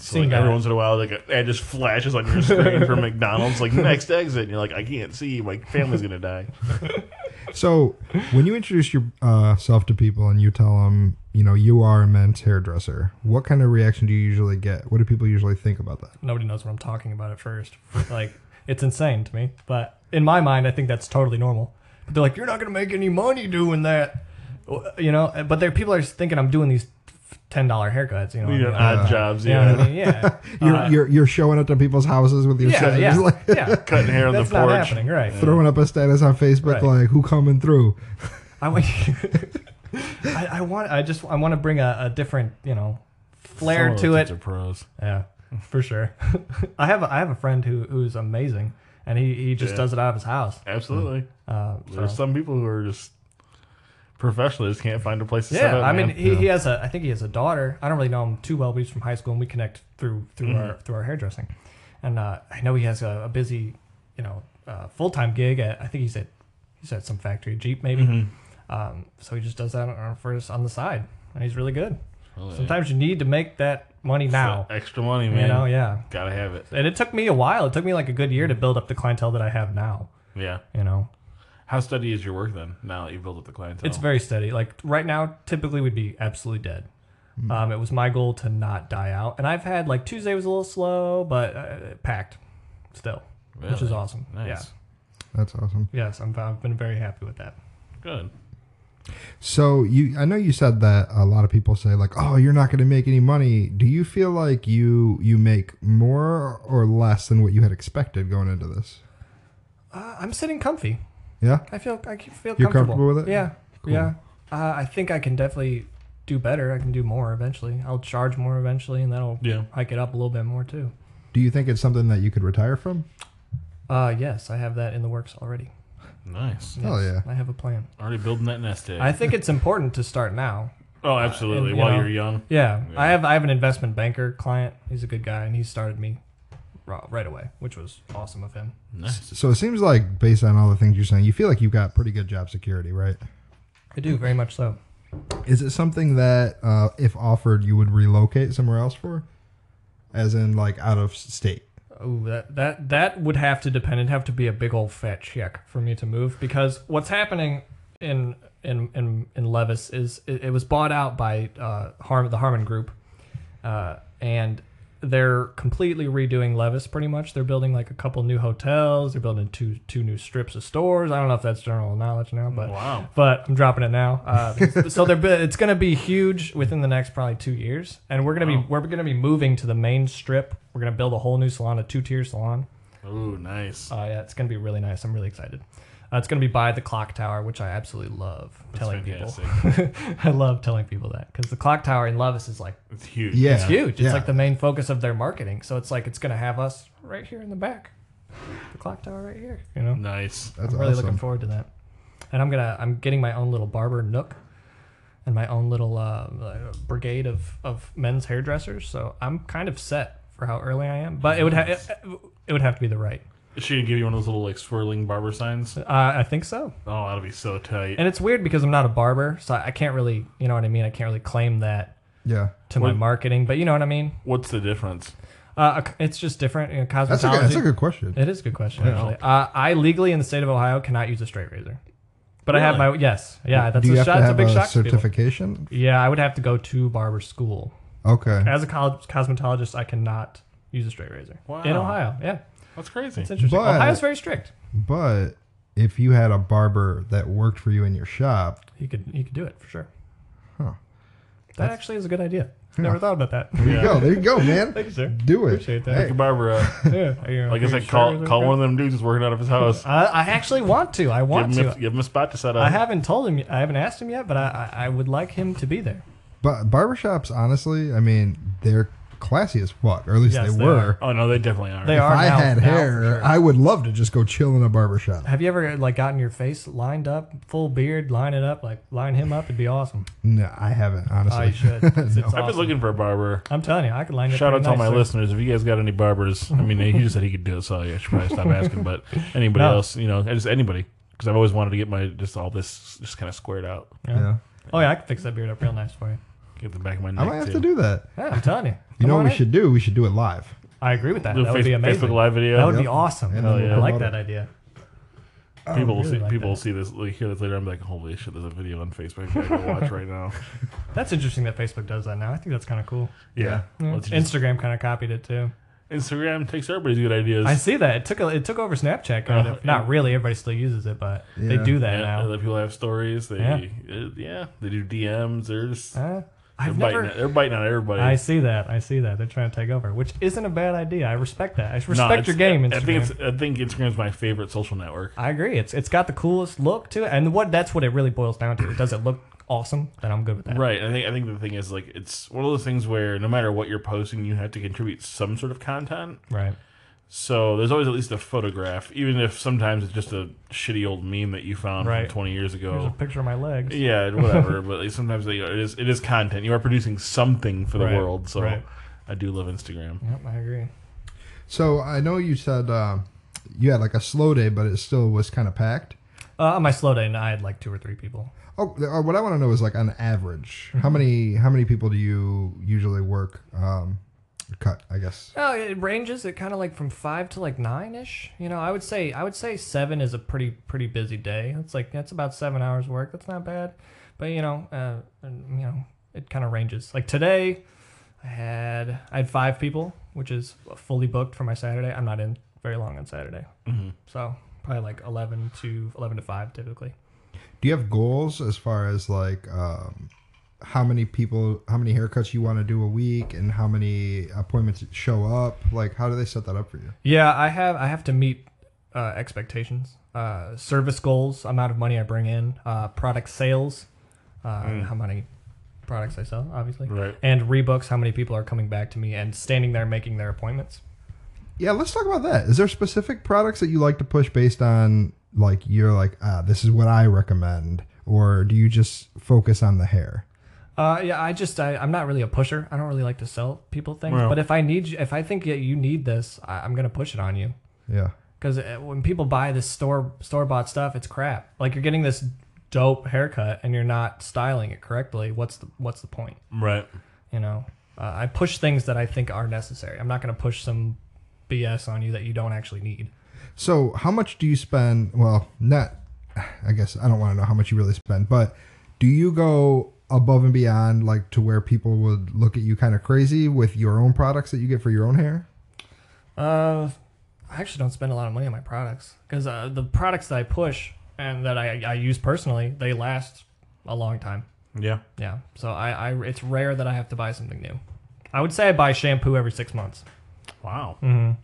Speaker 2: So
Speaker 3: Seen
Speaker 2: like
Speaker 3: that.
Speaker 2: every once in a while, like an ad just flashes on your screen for McDonald's, like next exit, and you're like, I can't see, my family's gonna die.
Speaker 1: So, when you introduce yourself to people and you tell them, you know, you are a men's hairdresser, what kind of reaction do you usually get? What do people usually think about that?
Speaker 3: Nobody knows what I'm talking about at first. Like, it's insane to me. But in my mind, I think that's totally normal. But they're like, you're not going to make any money doing that. You know, but there people are thinking I'm doing these $10 haircuts, you know.
Speaker 2: You know,
Speaker 3: what I mean? Uh,
Speaker 2: odd jobs,
Speaker 3: You know
Speaker 2: yeah.
Speaker 3: what I mean? Yeah.
Speaker 1: You're,
Speaker 3: Uh,
Speaker 1: you're, you're showing up to people's houses with your
Speaker 3: yeah,
Speaker 1: scissors,
Speaker 3: yeah,
Speaker 1: like
Speaker 3: yeah.
Speaker 2: Cutting hair on
Speaker 3: That's
Speaker 2: the
Speaker 3: not
Speaker 2: porch.
Speaker 3: happening, right?
Speaker 1: throwing up a status on Facebook,
Speaker 3: Right.
Speaker 1: like who coming through?
Speaker 3: I want. I, I want. I just. I want to bring a, a different, you know, flair
Speaker 2: Some
Speaker 3: to
Speaker 2: of those
Speaker 3: it.
Speaker 2: kids are pros.
Speaker 3: Yeah, for sure. I have. A, I have a friend who who's amazing, and he he just
Speaker 2: Yeah.
Speaker 3: does it out of his house.
Speaker 2: Absolutely.
Speaker 3: Uh, so-
Speaker 2: There's some people who are just professional, just can't find a place to set
Speaker 3: Yeah,
Speaker 2: up.
Speaker 3: I mean, e,
Speaker 2: man.
Speaker 3: he, he has a. I think he has a daughter. I don't really know him too well, but he's from high school, and we connect through through our through our hairdressing. And uh, I know he has a, a busy, you know, uh, full time gig. At, I think he's at he's at some factory Jeep maybe.
Speaker 2: Mm-hmm.
Speaker 3: Um, so he just does that on, for us on the side, and he's really good.
Speaker 2: Oh, yeah.
Speaker 3: Sometimes you need to make that money
Speaker 2: It's
Speaker 3: now.
Speaker 2: that extra money, man.
Speaker 3: You know, yeah.
Speaker 2: Gotta have it.
Speaker 3: And it took me a while. It took me like a good year to build up the clientele that I have now.
Speaker 2: Yeah.
Speaker 3: You know,
Speaker 2: How steady is your work then? Now that you build up the clientele,
Speaker 3: it's very steady. Like right now, typically we'd be absolutely dead.
Speaker 1: Hmm.
Speaker 3: Um, it was my goal to not die out, and I've had like Tuesday was a little slow, but uh, packed still, which is
Speaker 2: Really?
Speaker 3: awesome.
Speaker 2: nice.
Speaker 1: That's awesome.
Speaker 3: Yeah, yes, I'm, I've been very happy with that.
Speaker 2: Good.
Speaker 1: So you, I know you said that a lot of people say like, oh, you're not going to make any money. Do you feel like you you make more or less than what you had expected going into this?
Speaker 3: Uh, I'm sitting comfy.
Speaker 1: Yeah.
Speaker 3: I feel I can feel
Speaker 1: You're
Speaker 3: comfortable.
Speaker 1: comfortable with it?
Speaker 3: Yeah,
Speaker 1: Cool.
Speaker 3: yeah. Uh, I think I can definitely do better. I can do more eventually. I'll charge more eventually, and that'll
Speaker 2: Yeah.
Speaker 3: hike it up a little bit more too.
Speaker 1: Do you think it's something that you could retire from?
Speaker 3: Uh, yes, I have that in the works already.
Speaker 2: Nice.
Speaker 3: Yes,
Speaker 1: Hell yeah.
Speaker 3: I have a plan.
Speaker 2: Already building that nest egg.
Speaker 3: I think it's important to start now.
Speaker 2: oh, absolutely.
Speaker 3: and, you
Speaker 2: While
Speaker 3: know,
Speaker 2: you're young.
Speaker 3: Yeah,
Speaker 2: Yeah.
Speaker 3: I have I have an investment banker client. He's a good guy, and he started me ro- right away, which was awesome of him.
Speaker 2: Nice.
Speaker 1: So it seems like based on all the things you're saying, you feel like you've got pretty good job security, right?
Speaker 3: I do very much so.
Speaker 1: Is it something that, uh, if offered, you would relocate somewhere else for? As in, like, out of state?
Speaker 3: Oh, that that that would have to depend. It'd have to be a big old fat check for me to move because what's happening in in in, in Levis is it, it was bought out by uh, Harm the Harmon Group, uh, and they're completely redoing Levis pretty much. They're building like a couple new hotels. They're building two two new strips of stores. I don't know if that's general knowledge now, but
Speaker 2: Wow.
Speaker 3: but I'm dropping it now. Uh, so they're bu- it's going to be huge within the next probably two years, and we're going to
Speaker 2: Wow.
Speaker 3: be we're going to be moving to the main strip. We're going to build a whole new salon, a two tier salon.
Speaker 2: Oh, nice.
Speaker 3: Uh, yeah, it's going to be really nice. I'm really excited. Uh, it's going to be by the clock tower, which I absolutely love telling
Speaker 2: fantastic.
Speaker 3: people. I love telling people that because the clock tower in Lovis is like
Speaker 2: It's huge.
Speaker 1: Yeah,
Speaker 3: it's huge. It's
Speaker 1: yeah.
Speaker 3: like the main focus of their marketing. So it's like it's going to have us right here in the back, the clock tower right here. You know,
Speaker 2: Nice.
Speaker 1: That's
Speaker 3: I'm really
Speaker 1: awesome.
Speaker 3: looking forward to that. And I'm gonna I'm getting my own little barber nook and my own little uh, uh, brigade of, of men's hairdressers. So I'm kind of set for how early I am. But it would ha- it, it would have to be the right.
Speaker 2: Is she gonna give you one of those little like swirling barber signs? Oh,
Speaker 3: Uh, I think so.
Speaker 2: that'll be so tight.
Speaker 3: And it's weird because I'm not a barber, so I can't really you know what I mean. I can't really claim that
Speaker 1: Yeah.
Speaker 3: to my
Speaker 2: Well-
Speaker 3: marketing, but you know what I mean.
Speaker 2: What's the difference?
Speaker 3: Uh, it's just different. You know, cosmetology.
Speaker 1: That's a good, that's a good question.
Speaker 3: It is a good question. Actually, uh, I legally in the state of Ohio cannot use a straight razor, but I have my
Speaker 2: Really?
Speaker 3: yes, yeah. That's
Speaker 1: Do you
Speaker 3: a
Speaker 1: have
Speaker 3: shot.
Speaker 1: to
Speaker 3: That's a
Speaker 1: have
Speaker 3: big
Speaker 1: a,
Speaker 3: shock to people.
Speaker 1: certification?
Speaker 3: Yeah, I would have to go to barber school.
Speaker 1: Okay.
Speaker 3: As a college cosmetologist, I cannot use a straight razor
Speaker 2: Wow.
Speaker 3: in Ohio. Yeah,
Speaker 2: That's crazy.
Speaker 3: it's interesting.
Speaker 1: But-
Speaker 3: Ohio's very strict.
Speaker 1: But if you had a barber that worked for you in your shop,
Speaker 3: You could you could do it for sure.
Speaker 1: Huh.
Speaker 3: That actually is a good idea. Never thought about that.
Speaker 1: there you go. There you go, man.
Speaker 3: Thank you, sir.
Speaker 1: Do it.
Speaker 3: Appreciate that.
Speaker 2: Like Barbara,
Speaker 3: Yeah. Are you-
Speaker 2: like
Speaker 3: are
Speaker 2: I
Speaker 3: you
Speaker 2: said,
Speaker 3: sure
Speaker 2: call
Speaker 3: they're
Speaker 2: call
Speaker 3: good?
Speaker 2: one of them dudes that's working out of his house.
Speaker 3: I, I actually want to. I want
Speaker 2: Give him, a, uh,
Speaker 3: to.
Speaker 2: give him a spot to set up.
Speaker 3: I haven't told him. I haven't asked him yet, but I, I, I would like him to be there.
Speaker 1: But barbershops, honestly, I mean, they're classy as fuck, or at least
Speaker 3: Yes,
Speaker 1: they,
Speaker 3: they
Speaker 1: were.
Speaker 2: oh no, they definitely are.
Speaker 3: They
Speaker 1: If
Speaker 3: are.
Speaker 1: I
Speaker 3: now-
Speaker 1: had
Speaker 3: now for
Speaker 1: hair,
Speaker 3: sure.
Speaker 1: I would love to just go chill in a barbershop.
Speaker 3: Have you ever like gotten your face lined up, full beard, line it up, like line him up? It'd be awesome.
Speaker 1: No, I haven't,
Speaker 3: Oh, you
Speaker 1: honestly.
Speaker 3: should. It's, it's
Speaker 2: I've been
Speaker 3: awesome.
Speaker 2: looking for a barber.
Speaker 3: I'm telling you, I could line it.
Speaker 2: Shout out
Speaker 3: pretty
Speaker 2: to all
Speaker 3: nice,
Speaker 2: my
Speaker 3: sir.
Speaker 2: listeners. If you guys got any barbers, I mean, he just said he could do it, so I should probably stop asking. But anybody
Speaker 3: No.
Speaker 2: else, you know, just anybody, because I've always wanted to get my just all this just kind of squared out,
Speaker 3: Yeah.
Speaker 1: yeah.
Speaker 3: Oh yeah, I can fix that beard up real nice for you.
Speaker 2: get the back of my neck.
Speaker 1: I might have
Speaker 2: too.
Speaker 1: to do that.
Speaker 3: Yeah, I'm telling you.
Speaker 1: You
Speaker 3: Come
Speaker 1: know
Speaker 3: on
Speaker 1: what we
Speaker 3: in.
Speaker 1: should do? We should do it live.
Speaker 3: I agree with that.
Speaker 2: Do a
Speaker 3: that would
Speaker 2: Face-
Speaker 3: be amazing.
Speaker 2: Facebook Live video.
Speaker 3: That would be
Speaker 1: Yep.
Speaker 3: awesome.
Speaker 1: And then
Speaker 2: we'll
Speaker 3: I like
Speaker 1: promote
Speaker 3: that
Speaker 1: it.
Speaker 3: idea.
Speaker 2: people will
Speaker 3: really
Speaker 2: see
Speaker 3: like
Speaker 2: people
Speaker 3: that.
Speaker 2: will see this like, hear this later. I'm like, holy shit, there's a video on Facebook that I can watch right now.
Speaker 3: That's interesting that Facebook does that now. I think that's kind of cool.
Speaker 2: Yeah,
Speaker 3: Yeah. Mm.
Speaker 2: Let's just-
Speaker 3: Instagram kind of copied it too.
Speaker 2: Instagram takes everybody's good ideas.
Speaker 3: I see that it took a, it took over Snapchat kind
Speaker 2: Uh,
Speaker 3: of. Not really. Everybody still uses it, but they
Speaker 1: Yeah.
Speaker 3: do that
Speaker 2: yeah,
Speaker 3: now.
Speaker 2: other people have stories. They
Speaker 3: Yeah.
Speaker 2: uh, yeah, they do DMs. They're just they're
Speaker 3: Huh? I've
Speaker 2: biting.
Speaker 3: never.
Speaker 2: at- they're biting on everybody.
Speaker 3: I see that. I see that. They're trying to take over, which isn't a bad idea. I respect that. I
Speaker 2: No,
Speaker 3: respect
Speaker 2: it's- e-
Speaker 3: your game. Instagram.
Speaker 2: I think it's, I think Instagram's my favorite social network.
Speaker 3: I agree. It's it's got the coolest look to it, and what that's what it really boils down to. Does it look awesome? Then I'm good with that.
Speaker 2: Right. I think I think the thing is like it's one of those things where no matter what you're posting, you have to contribute some sort of content.
Speaker 3: Right.
Speaker 2: So there's always at least a photograph, even if sometimes it's just a shitty old meme that you found
Speaker 3: Right.
Speaker 2: from 20 years ago.
Speaker 3: Here's a picture of my legs.
Speaker 2: Yeah, whatever. but like, sometimes they, it is it is content. You are producing something for the
Speaker 3: Right,
Speaker 2: world. So
Speaker 3: right.
Speaker 2: I do love Instagram.
Speaker 3: Yep, I agree.
Speaker 1: So I know you said uh, you had like a slow day, but it still was kind of packed.
Speaker 3: Uh, on my slow day, I had like two or three people.
Speaker 1: Oh, th- uh, what I want to know is like on average, how many how many people do you usually work um, cut? I guess.
Speaker 3: Oh, it ranges. It kind of like from five to like nine ish. You know, I would say I would say seven is a pretty pretty busy day. It's like that's about seven hours work. That's not bad, but you know, uh, and, you know, it kind of ranges. Like today, I had I had five people, which is fully booked for my Saturday. I'm not in very long on Saturday,
Speaker 2: Mhm.
Speaker 3: so probably like eleven to eleven to five typically.
Speaker 1: Do you have goals as far as like um, how many people, how many haircuts you want to do a week, and how many appointments show up? Like, how do they set that up for you?
Speaker 3: Yeah, I have I have to meet uh, expectations, uh, service goals, amount of money I bring in, uh, product sales, uh, how many products I sell, obviously,
Speaker 2: Right.
Speaker 3: and rebooks, how many people are coming back to me and standing there making their appointments.
Speaker 1: Yeah, let's talk about that. Is there specific products that you like to push based on like you're like ah, this is what I recommend, or do you just focus on the hair?
Speaker 3: Uh, yeah, I just I, I'm not really a pusher. I don't really like to sell people things,
Speaker 2: Well-
Speaker 3: but if I need you- if I think yeah, you need this, I, I'm gonna push it on you.
Speaker 1: Yeah.
Speaker 3: because uh, when people buy this store store bought stuff, it's crap. Like you're getting this dope haircut and you're not styling it correctly. What's the what's the point?
Speaker 2: Right.
Speaker 3: You know, uh, I push things that I think are necessary. I'm not going to push some BS on you that you don't actually need.
Speaker 1: So, how much do you spend? Well, not, I guess I don't want to know how much you really spend, but do you go above and beyond like to where people would look at you kind of crazy with your own products that you get for your own hair?
Speaker 3: Uh, I actually don't spend a lot of money on my products because uh, the products that I push and that I, I use personally, they last a long time.
Speaker 2: Yeah.
Speaker 3: Yeah. So I, I it's rare that I have to buy something new. I would say I buy shampoo every six months. Mm-hmm.
Speaker 2: Wow.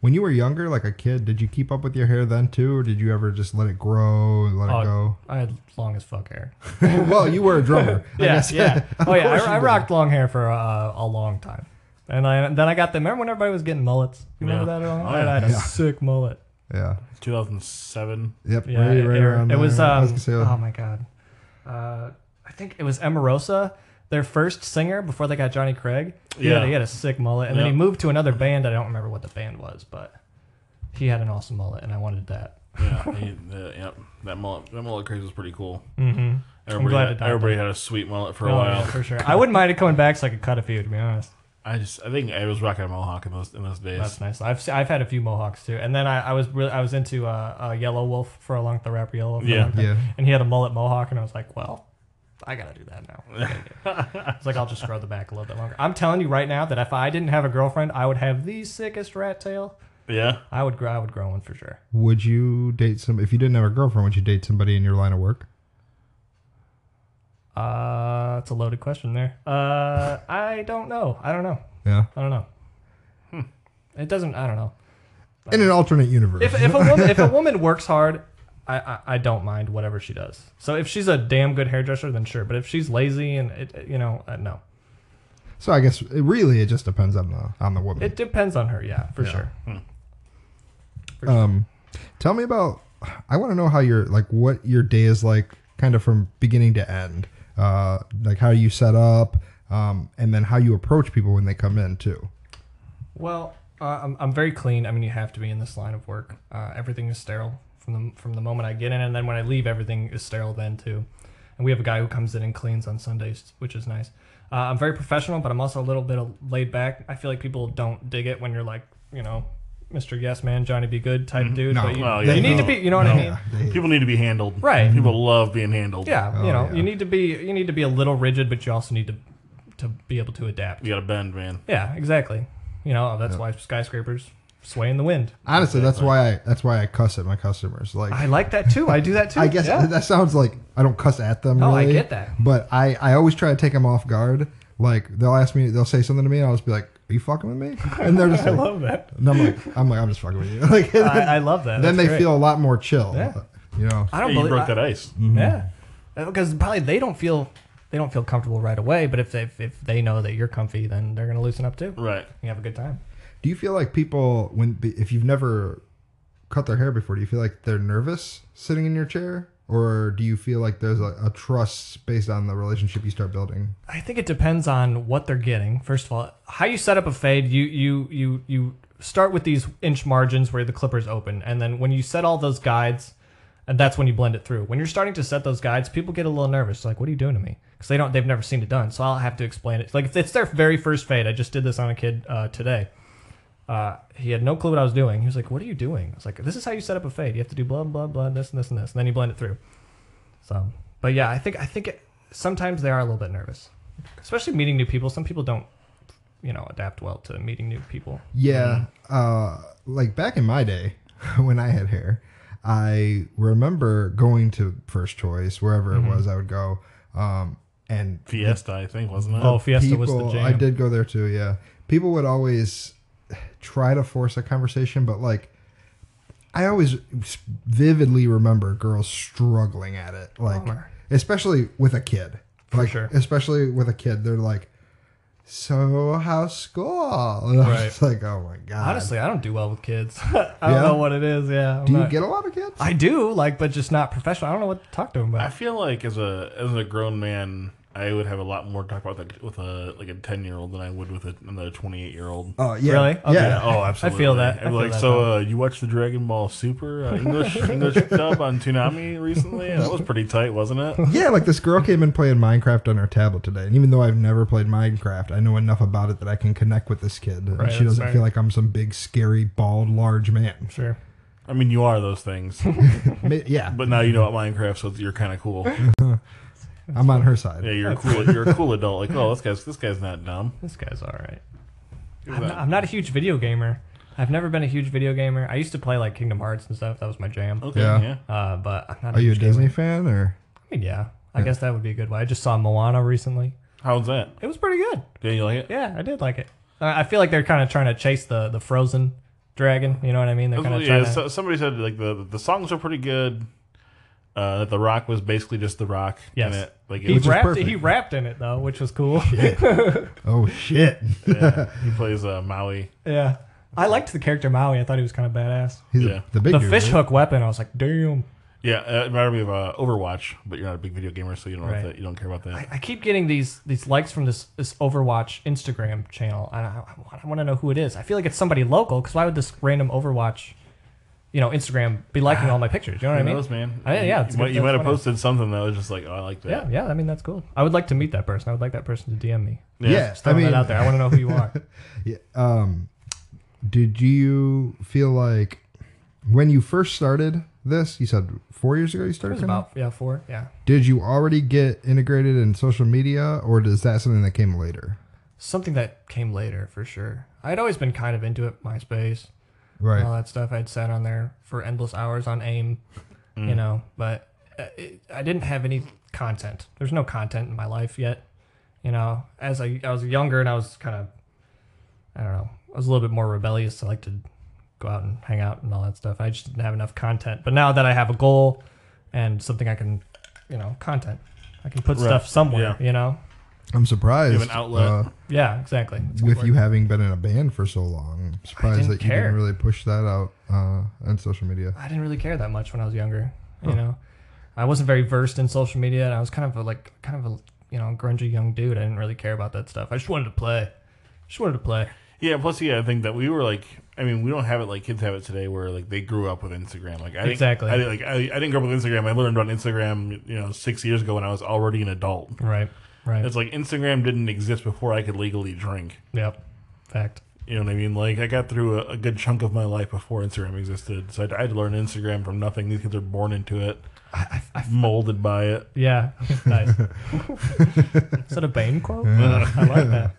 Speaker 1: When you were younger, like a kid, did you keep up with your hair then too, or did you ever just let it grow and let it go?
Speaker 3: Oh, I had long as fuck hair.
Speaker 1: well, you were a drummer. I
Speaker 3: Yeah,
Speaker 1: guess.
Speaker 3: yeah. Oh yeah,
Speaker 1: course you
Speaker 3: I, I
Speaker 1: did.
Speaker 3: rocked long hair for uh, a long time, and I then I got the remember when everybody was getting mullets. You remember
Speaker 2: Yeah.
Speaker 3: that at all?
Speaker 2: Oh,
Speaker 3: I had a
Speaker 1: yeah.
Speaker 3: sick mullet.
Speaker 1: yeah.
Speaker 2: 2007.
Speaker 1: Yep.
Speaker 3: Yeah,
Speaker 1: right,
Speaker 3: it,
Speaker 1: right
Speaker 3: it-
Speaker 1: around
Speaker 3: it
Speaker 1: there.
Speaker 3: was.
Speaker 1: I
Speaker 3: Um,
Speaker 1: was gonna say,
Speaker 3: oh my god, uh, I think it was Emerosa, their first singer before they got Johnny Craig. He had,
Speaker 2: Yeah.
Speaker 3: he had a sick mullet, and
Speaker 2: Yeah.
Speaker 3: then he moved to another band. I don't remember what the band was, but he had an awesome mullet, and I wanted that.
Speaker 2: Yeah. he- uh, yep. That mullet, that mullet craze was pretty cool.
Speaker 3: Mm-hmm.
Speaker 2: Everybody,
Speaker 3: glad
Speaker 2: had,
Speaker 3: it died
Speaker 2: everybody had a sweet mullet for a
Speaker 3: Oh,
Speaker 2: while.
Speaker 3: yeah, for sure. I wouldn't mind it coming back so I could cut a few. To be honest.
Speaker 2: I just, I think I was rocking a mohawk in those in those days.
Speaker 3: That's nice. I've se- I've had a few mohawks too, and then I, I was really I was into uh, uh, Yellow Wolf for a long the rapper Yellow. Wolf for a
Speaker 2: Yeah.
Speaker 3: long time.
Speaker 1: Yeah.
Speaker 3: And he had a mullet mohawk, and I was like, well, I gotta do that now. it's like I'll just grow the back a little bit longer. I'm telling you right now that if I didn't have a girlfriend, I would have the sickest rat tail.
Speaker 2: yeah.
Speaker 3: I would grow I would grow one for sure.
Speaker 1: Would you date some? If you didn't have a girlfriend, would you date somebody in your line of work?
Speaker 3: Uh, it's a loaded question there. Uh, I don't know. I don't know.
Speaker 1: Yeah.
Speaker 3: I don't know. It doesn't. I don't know.
Speaker 1: In an alternate universe.
Speaker 3: if, if a woman if a woman works hard, I, I I don't mind whatever she does. So if she's a damn good hairdresser, then sure. But if she's lazy and it, it- you know, uh, no,
Speaker 1: so I guess it, really it just depends on the on the woman.
Speaker 3: it depends on her. Yeah, for sure.
Speaker 1: um, tell me about. I want to know how your like what your day is like, kind of from beginning to end. Uh, like how you set up, um, and then how you approach people when they come in too.
Speaker 3: Well, uh, I'm I'm very clean. I mean, you have to be in this line of work. Uh, everything is sterile from the from the moment I get in, and then when I leave, everything is sterile then too. And we have a guy who comes in and cleans on Sundays, which is nice. Uh, I'm very professional, but I'm also a little bit laid back. I feel like people don't dig it when you're like, you know, Mr. Yes Man, Johnny Be Good type dude.
Speaker 1: No.
Speaker 3: but you,
Speaker 2: Well, yeah,
Speaker 3: you
Speaker 2: no.
Speaker 3: need to be. You know what I mean?
Speaker 1: They-
Speaker 2: People need to be handled.
Speaker 3: Right.
Speaker 2: People love being handled.
Speaker 3: Yeah,
Speaker 1: Oh,
Speaker 3: you know,
Speaker 1: yeah.
Speaker 3: you need to be you need to be a little rigid, but you also need to to be able to adapt.
Speaker 2: You got to bend, man.
Speaker 3: Yeah, exactly. You know, that's why skyscrapers sway in the wind.
Speaker 1: honestly, that's why I that's why I cuss at my customers. Like
Speaker 3: I like that too. I do that too.
Speaker 1: I guess
Speaker 3: yeah.
Speaker 1: that sounds like I don't cuss at them.
Speaker 3: No, I
Speaker 1: really,
Speaker 3: get that.
Speaker 1: But I, I always try to take them off guard. Like they'll ask me, they'll say something to me, and I'll just be like, "Are you fucking with me?" And they're just
Speaker 3: I
Speaker 1: like,
Speaker 3: love that.
Speaker 1: and I'm like, I'm like, I'm just fucking with you. Like,
Speaker 3: I, I love that.
Speaker 1: then they
Speaker 3: That's great.
Speaker 1: feel a lot more chill.
Speaker 3: Yeah.
Speaker 1: You know,
Speaker 3: I
Speaker 2: Hey,
Speaker 3: don't
Speaker 2: you
Speaker 3: believe
Speaker 2: broke
Speaker 3: I-
Speaker 2: that ice.
Speaker 3: Yeah, because probably they don't feel they don't feel comfortable right away. But if they if they know that you're comfy, then they're gonna loosen up too.
Speaker 2: Right.
Speaker 3: You have a good time.
Speaker 1: do you feel like people when if you've never cut their hair before, do you feel like they're nervous sitting in your chair, or do you feel like there's a, a trust based on the relationship you start building?
Speaker 3: I think it depends on what they're getting. First of all, how you set up a fade, you you you you start with these inch margins where the clippers open, and then when you set all those guides, and that's when you blend it through. When you're starting to set those guides, people get a little nervous, like, "What are you doing to me?" Because they don't, they've never seen it done. So I'll have to explain it. Like if it's their very first fade, I just did this on a kid uh, today. Uh, he had no clue what I was doing. He was like, "What are you doing?" I was like, "This is how you set up a fade. You have to do blah blah blah, this and this and this, and then you blend it through." So, but yeah, I think I think it, sometimes they are a little bit nervous, especially meeting new people. Some people don't, you know, adapt well to meeting new people.
Speaker 1: Yeah.
Speaker 3: Mm-hmm.
Speaker 1: Uh, like back in my day when I had hair, I remember going to First Choice, wherever
Speaker 3: Mm-hmm.
Speaker 1: it was, I would go. Um, and
Speaker 2: Fiesta, I think, wasn't it?
Speaker 3: Oh, Fiesta was the
Speaker 1: people,
Speaker 3: jam.
Speaker 1: I did go there too. Yeah. People would always try to force a conversation, but like, I always vividly remember girls struggling at it. Like,
Speaker 3: Bummer.
Speaker 1: especially with a kid. like,
Speaker 3: sure.
Speaker 1: Especially with a kid. They're like, so how's school? And I was like, oh my God.
Speaker 3: Honestly, I don't do well with kids. I don't
Speaker 1: Yeah?
Speaker 3: know what it is. Yeah. I'm
Speaker 1: Do you
Speaker 3: not-
Speaker 1: get a lot of kids?
Speaker 3: I do like, but just not professional. I don't know what to talk to them
Speaker 2: I
Speaker 3: about.
Speaker 2: feel like as a as a grown man, I would have a lot more to talk about that with a like a ten year old than I would with a, another twenty eight year old.
Speaker 1: Oh yeah.
Speaker 3: Really? Okay.
Speaker 1: Yeah.
Speaker 2: Oh,
Speaker 3: I
Speaker 2: absolutely.
Speaker 3: feel that.
Speaker 2: I'd
Speaker 3: I
Speaker 2: be
Speaker 3: feel
Speaker 2: like,
Speaker 3: that,
Speaker 2: so uh, you watched the Dragon Ball Super uh, English English dub on Toonami recently? That was pretty tight, wasn't it?
Speaker 1: Yeah, like this girl came in playing Minecraft on her tablet today, and even though I've never played Minecraft, I know enough about it that I can connect with this kid. And
Speaker 3: Right,
Speaker 1: she
Speaker 3: that's
Speaker 1: doesn't
Speaker 3: fair.
Speaker 1: feel like I'm some big, scary, bald, large man.
Speaker 3: Sure.
Speaker 2: I mean, you are those things,
Speaker 1: Ma- Yeah,
Speaker 2: but now you know about Minecraft, so you're kind of cool.
Speaker 1: I'm on her side.
Speaker 2: Yeah, you're a cool. You're a cool adult. Like, oh, this guy's this guy's not dumb.
Speaker 3: This guy's all right.
Speaker 2: Give
Speaker 3: I'm
Speaker 2: that-
Speaker 3: not, I'm not a huge video gamer. I've never been a huge video gamer. I used to play like Kingdom Hearts and stuff. That was my jam.
Speaker 2: Okay,
Speaker 1: Yeah.
Speaker 2: yeah.
Speaker 3: Uh, but I'm not.
Speaker 1: Are you a
Speaker 3: huge gamer.
Speaker 1: Disney fan or?
Speaker 3: I mean, yeah. I guess that would be a good one. I just saw Moana recently.
Speaker 2: How's that?
Speaker 3: It was pretty good.
Speaker 2: Do you like it?
Speaker 3: Yeah, I did like it. I I feel like they're kind of trying to chase the the frozen dragon. You know what I mean? They're kind of
Speaker 2: yeah,
Speaker 3: trying to.
Speaker 2: so, somebody said like the the songs are pretty good. Uh, that the rock was basically just the rock.
Speaker 3: Yes.
Speaker 2: In it. Like it
Speaker 3: He
Speaker 2: was just-
Speaker 3: rapped.
Speaker 1: perfect.
Speaker 3: He rapped in it though, which was cool.
Speaker 1: Oh shit!
Speaker 2: yeah, he plays uh, Maui.
Speaker 3: yeah, I liked the character Maui. I thought he was kind of badass.
Speaker 1: He's
Speaker 2: Yeah.
Speaker 1: a, the big
Speaker 3: The
Speaker 1: dude,
Speaker 3: fish
Speaker 1: right?
Speaker 3: hook weapon. I was like, damn.
Speaker 2: Yeah, uh, it reminded me of uh, Overwatch, but you're not a big video gamer, so you don't have
Speaker 3: Right.
Speaker 2: to- you don't care about that.
Speaker 3: I keep getting these these likes from this this Overwatch Instagram channel, and I, I want to know who it is. I feel like it's somebody local, because why would this random Overwatch, you know, Instagram be liking all my pictures? You know what I
Speaker 2: Who
Speaker 3: mean?
Speaker 2: knows, man?
Speaker 3: I- yeah, it's
Speaker 2: you, might,
Speaker 3: good-
Speaker 2: you might
Speaker 3: that's
Speaker 2: have
Speaker 3: funny.
Speaker 2: posted something that was just like, oh, I like
Speaker 3: Yeah,
Speaker 2: that.
Speaker 3: yeah. I mean, that's cool. I would like to meet that person. I would like that person to DM me.
Speaker 1: Yeah,
Speaker 3: Just
Speaker 1: I
Speaker 3: throwing
Speaker 1: mean,
Speaker 3: that out there. I want to know who you are.
Speaker 1: Yeah, um, did you feel like when you first started this? You said four years ago you
Speaker 3: It
Speaker 1: started.
Speaker 3: was
Speaker 1: kinda?
Speaker 3: about yeah four yeah.
Speaker 1: Did you already get integrated in social media, or is that something that came later?
Speaker 3: Something that came later for sure. I had always been kind of into it, MySpace,
Speaker 1: Right.
Speaker 3: all that stuff. I'd sat on there for endless hours on AIM, you
Speaker 2: Mm.
Speaker 3: know, but uh, it, I didn't have any content. There's no content in my life yet. You know, as I, I was younger and I was kind of, I don't know, I was a little bit more rebellious. I like to go out and hang out and all that stuff. I just didn't have enough content. But now that I have a goal and something I can, you know, content, I can put
Speaker 2: Right.
Speaker 3: stuff somewhere,
Speaker 2: Yeah.
Speaker 3: you know?
Speaker 1: I'm surprised.
Speaker 2: You have an outlet.
Speaker 1: uh,
Speaker 3: Yeah, exactly. It's
Speaker 1: with
Speaker 3: good
Speaker 1: you
Speaker 3: work.
Speaker 1: having been in a band for so long. I'm surprised
Speaker 3: didn't
Speaker 1: that you
Speaker 3: care.
Speaker 1: didn't really push that out uh, on social media.
Speaker 3: I didn't really care that much when I was younger. You know, I wasn't very versed in social media, and I was kind of a, like kind of a you know grungy young dude. I didn't really care about that stuff. I just wanted to play. Just wanted to play.
Speaker 2: Yeah, plus yeah, I think that we were like, I mean, we don't have it like kids have it today, where like they grew up with Instagram. Like I didn't-
Speaker 3: Exactly.
Speaker 2: I, like I, I didn't grow up with Instagram. I learned about Instagram, you know, six years ago when I was already an adult.
Speaker 3: Right. Right.
Speaker 2: It's like Instagram didn't exist before I could legally drink.
Speaker 3: yep. Fact.
Speaker 2: You know what I mean? Like I got through a, a good chunk of my life before Instagram existed, so I, I had to learn Instagram from nothing. These kids are born into it, molded by it.
Speaker 3: Yeah. Nice. Is that a Bane quote? I like that.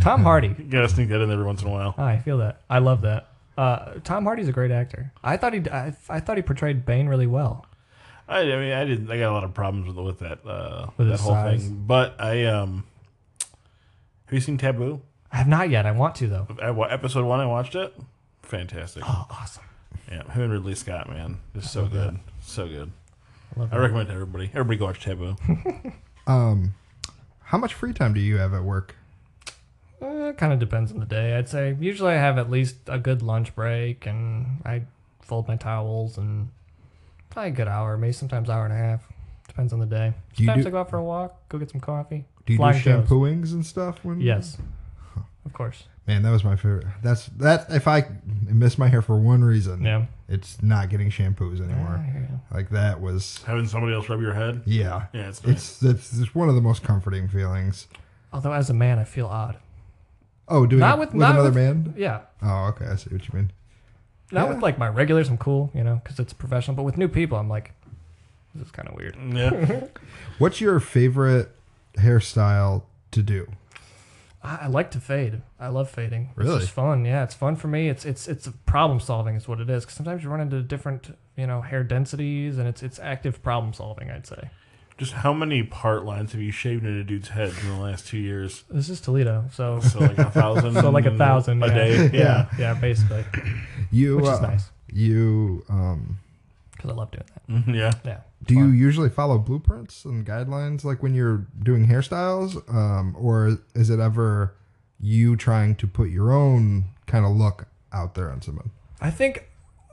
Speaker 3: Tom Hardy. Ah,
Speaker 2: You gotta sneak that in every once in a while.
Speaker 3: I feel that. I love that. Uh, Tom Hardy's a great actor. I thought he I, I thought he portrayed Bane really well.
Speaker 2: I, I mean, I didn't. I got a lot of problems with with that uh,
Speaker 3: With
Speaker 2: that
Speaker 3: his
Speaker 2: whole
Speaker 3: size.
Speaker 2: thing. But I um, have you seen Taboo?
Speaker 3: I have not yet. I want to though.
Speaker 2: I, wa- episode one, I watched it. Fantastic.
Speaker 3: Oh, awesome.
Speaker 2: Yeah, him and Ridley Scott, man, just so good, so good.
Speaker 3: I love
Speaker 2: I
Speaker 3: that.
Speaker 2: recommend it to everybody. Everybody go watch Taboo.
Speaker 1: Um, how much free time do you have at work?
Speaker 3: Uh, it kind of depends on the day. I'd say usually I have at least a good lunch break, and I fold my towels and probably a good hour, maybe sometimes hour and a half. Depends on the day.
Speaker 1: Do you
Speaker 3: Sometimes
Speaker 1: do-
Speaker 3: I go out for a walk, go get some coffee.
Speaker 1: Do you
Speaker 3: Flying
Speaker 1: do
Speaker 3: shows.
Speaker 1: shampooings and stuff? When
Speaker 3: Yes, of course.
Speaker 1: Man, that was my favorite. That's that. If I miss my hair for one reason,
Speaker 3: Yeah.
Speaker 1: it's not getting shampoos
Speaker 3: Ah,
Speaker 1: anymore.
Speaker 3: here you go.
Speaker 1: Like that was,
Speaker 2: Having somebody else rub your head.
Speaker 1: yeah.
Speaker 2: Yeah, it's nice.
Speaker 1: It's it's, it's one of the most comforting feelings.
Speaker 3: Although as a man, I feel odd.
Speaker 1: Oh, doing
Speaker 3: Not
Speaker 1: it
Speaker 3: with-
Speaker 1: with,
Speaker 3: not
Speaker 1: another
Speaker 3: with-
Speaker 1: man.
Speaker 3: Yeah,
Speaker 1: Oh, okay. I see what you mean.
Speaker 3: not
Speaker 1: Yeah.
Speaker 3: with like my regulars. I'm cool, you know, because it's professional. But with new people, I'm like, this is kind of weird.
Speaker 2: yeah.
Speaker 1: What's your favorite hairstyle to do?
Speaker 3: I, I like to fade. I love fading.
Speaker 1: Really?
Speaker 3: It's just fun. Yeah, it's fun for me. It's it's it's problem solving is what it is. 'Cause sometimes you run into different you know hair densities and it's it's active problem solving. I'd say
Speaker 2: Just how many part lines have you shaved in a dude's head in the last two years?
Speaker 3: this is Toledo, so
Speaker 2: So like a thousand.
Speaker 3: so like a thousand
Speaker 2: Mm, a
Speaker 3: yeah.
Speaker 2: day. Yeah.
Speaker 3: yeah, basically,
Speaker 1: You,
Speaker 3: which is
Speaker 1: uh,
Speaker 3: nice
Speaker 1: You, um,
Speaker 3: because I love doing that.
Speaker 2: yeah. Mm-hmm, yeah.
Speaker 3: Yeah.
Speaker 1: do you
Speaker 3: Fun.
Speaker 1: usually follow blueprints and guidelines like when you're doing hairstyles, um, or is it ever you trying to put your own kind of look out there on someone?
Speaker 3: I think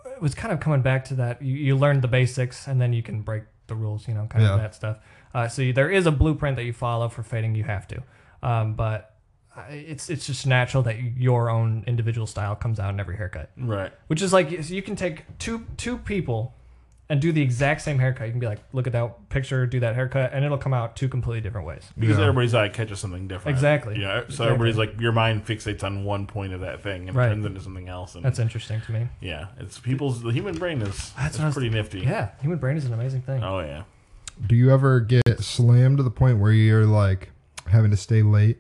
Speaker 3: it was kind of coming back to that. You, you learn the basics and then you can break the rules, you know, kind
Speaker 1: Yeah.
Speaker 3: of that stuff. Uh, so you, there is a blueprint that you follow for fading. You have to, um, but I- it's it's just natural that your own individual style comes out in every haircut.
Speaker 2: Right.
Speaker 3: Which is like so you can take two two people and do the exact same haircut. You can be like, look at that picture, do that haircut, and it'll come out two completely different ways.
Speaker 2: Because
Speaker 1: Yeah.
Speaker 2: everybody's eye catches something different.
Speaker 3: Exactly.
Speaker 2: Yeah. So
Speaker 3: Exactly.
Speaker 2: everybody's like, your mind fixates on one point of that thing and
Speaker 3: Right.
Speaker 2: turns into something else. And
Speaker 3: That's interesting to me.
Speaker 2: yeah, it's people's the human brain is
Speaker 3: That's
Speaker 2: is
Speaker 3: what I was-
Speaker 2: pretty nifty.
Speaker 3: Yeah, human brain is an amazing thing.
Speaker 2: Oh yeah.
Speaker 1: Do you ever get slammed to the point where you're like having to stay late?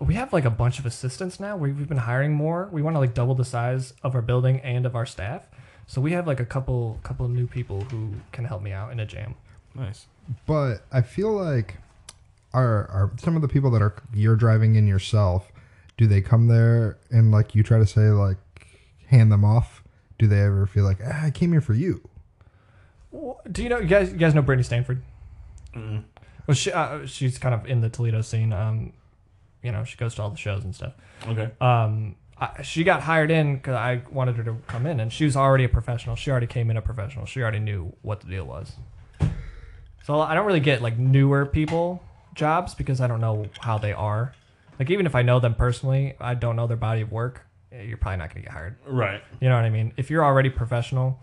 Speaker 3: We have like a bunch of assistants now. We- We've been hiring more. We want to like double the size of our building and of our staff. So we have like a couple couple of new people who can help me out in a jam.
Speaker 2: Nice.
Speaker 1: But I feel like are are some of the people that are you're driving in yourself, do they come there and like you try to say like hand them off? Do they ever feel like ah, I came here for you?
Speaker 3: Wh- Do you know you guys? You guys know Brittany Stanford? Well, she uh, she's kind of in the Toledo scene. Um, you know, she goes to all the shows and stuff.
Speaker 2: Okay.
Speaker 3: um, I, she got hired in because I wanted her to come in, and she was already a professional. She already came in a professional. She already knew what the deal was. So I don't really get like newer people jobs because I don't know how they are. Like even if I know them personally, I don't know their body of work. eh, You're probably not gonna get hired.
Speaker 2: Right.
Speaker 3: You know what I mean? If you're already professional,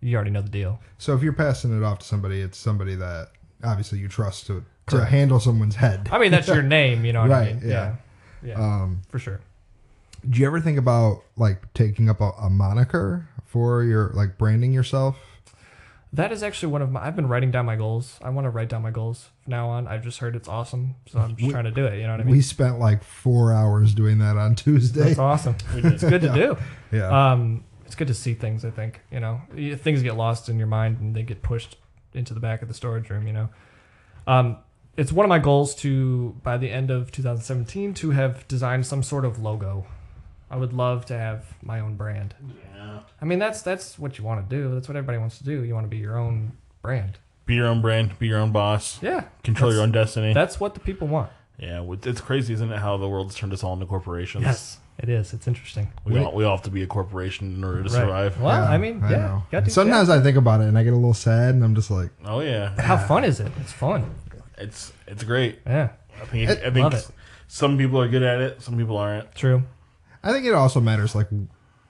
Speaker 3: you already know the deal.
Speaker 1: So if you're passing it off to somebody, it's somebody that obviously you trust to to handle someone's head.
Speaker 3: I mean, that's your name. You know what I
Speaker 1: Right, yeah.
Speaker 3: mean? Yeah. Yeah,
Speaker 1: Um,
Speaker 3: for sure.
Speaker 1: do you ever think about like taking up a, a moniker for your like branding yourself?
Speaker 3: That is actually one of my. I've been writing down my goals. I want to write down my goals from now on. I've just heard it's awesome, so I'm just trying to do it. You know what I mean?
Speaker 1: We spent like four hours doing that on Tuesday.
Speaker 3: That's awesome.
Speaker 2: We did.
Speaker 3: It's good to do.
Speaker 1: Yeah.
Speaker 3: Um, it's good to see things. I think you know Y- things get lost in your mind and they get pushed into the back of the storage room. You know, um, it's one of my goals to by the end of 2017 to have designed some sort of logo. I would love to have my own brand.
Speaker 2: yeah.
Speaker 3: I mean, that's that's what you want to do. That's what everybody wants to do. You want to be your own brand.
Speaker 2: Be your own brand. Be your own boss.
Speaker 3: Yeah.
Speaker 2: Control
Speaker 3: That's-
Speaker 2: your own destiny.
Speaker 3: That's what the people want.
Speaker 2: yeah. w- It's crazy, isn't it? How the world's turned us all into corporations.
Speaker 3: Yes, it is. It's interesting.
Speaker 2: We all, we all have to be a corporation in order to
Speaker 3: Right.
Speaker 2: survive.
Speaker 3: Well,
Speaker 1: Yeah,
Speaker 3: I mean,
Speaker 1: I
Speaker 3: yeah.
Speaker 1: know.
Speaker 3: gotta do-
Speaker 1: Sometimes I think about it and I get a little sad and I'm just like,
Speaker 2: Oh yeah.
Speaker 3: How fun is it? It's fun.
Speaker 2: It's it's great.
Speaker 3: Yeah.
Speaker 2: I think I think
Speaker 3: Love it.
Speaker 2: some people are good at it. Some people aren't.
Speaker 3: True.
Speaker 1: I think it also matters like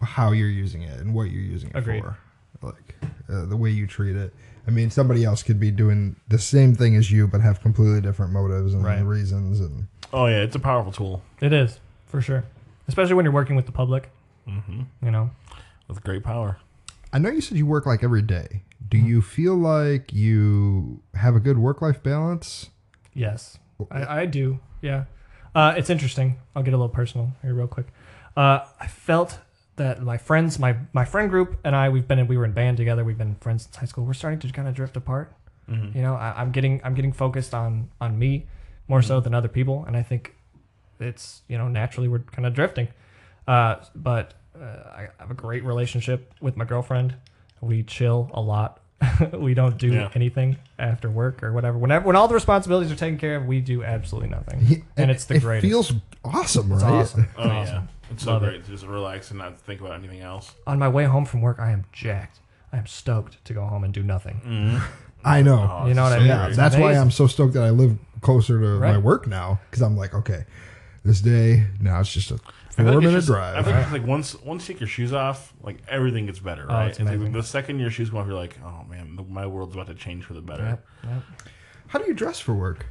Speaker 1: how you're using it and what you're using it
Speaker 3: Agreed.
Speaker 1: for, like uh, the way you treat it. I mean, somebody else could be doing the same thing as you, but have completely different motives and
Speaker 3: Right.
Speaker 1: reasons. And
Speaker 2: Oh yeah, it's a powerful tool
Speaker 3: It is for sure, especially when you're working with the public. Mm-hmm. You know,
Speaker 2: with great power.
Speaker 1: I know you said you work like every day. Do
Speaker 3: Mm-hmm.
Speaker 1: you feel like you have a good work life balance?
Speaker 3: yes, I, I do. Yeah, uh, it's interesting. I'll get a little personal here real quick. Uh, I felt that my friends, my my friend group, and I, we've been in, we were in band together. We've been friends since high school. We're starting to kind of drift apart.
Speaker 2: Mhm.
Speaker 3: You know, I, I'm getting I'm getting focused on on me more so than other people, and I think it's you know naturally we're kind of drifting. Uh, but uh, I have a great relationship with my girlfriend. We chill a lot. we don't do
Speaker 2: Yeah.
Speaker 3: anything after work or whatever. Whenever when all the responsibilities are taken care of, we do absolutely nothing, and it's the
Speaker 1: it
Speaker 3: greatest.
Speaker 1: feels awesome,
Speaker 3: it's
Speaker 1: right?
Speaker 3: awesome. It's
Speaker 2: Oh
Speaker 3: awesome.
Speaker 2: yeah, it's so
Speaker 3: Love it.
Speaker 2: great. to Just relax and not think about anything else.
Speaker 3: On my way home from work, I am jacked. I am stoked to go home and do nothing.
Speaker 1: I know.
Speaker 2: Oh,
Speaker 3: You know what I
Speaker 2: so
Speaker 3: mean?
Speaker 1: Yeah,
Speaker 2: great.
Speaker 3: It's
Speaker 1: that's why
Speaker 3: amazing.
Speaker 1: I'm so stoked that I live closer to my
Speaker 3: Right.
Speaker 1: work now because I'm like, okay, this day now it's just a
Speaker 2: I
Speaker 1: four
Speaker 2: feel like it's
Speaker 1: minute
Speaker 2: just- I
Speaker 1: drive.
Speaker 2: think it's like once once you take your shoes off, like everything gets better, right?
Speaker 3: Oh, it's
Speaker 2: It's like
Speaker 3: amazing.
Speaker 2: the second your shoes go off, you're like, oh man, th- my world's about to change for the better.
Speaker 3: Yep, yep.
Speaker 1: How do you dress for work?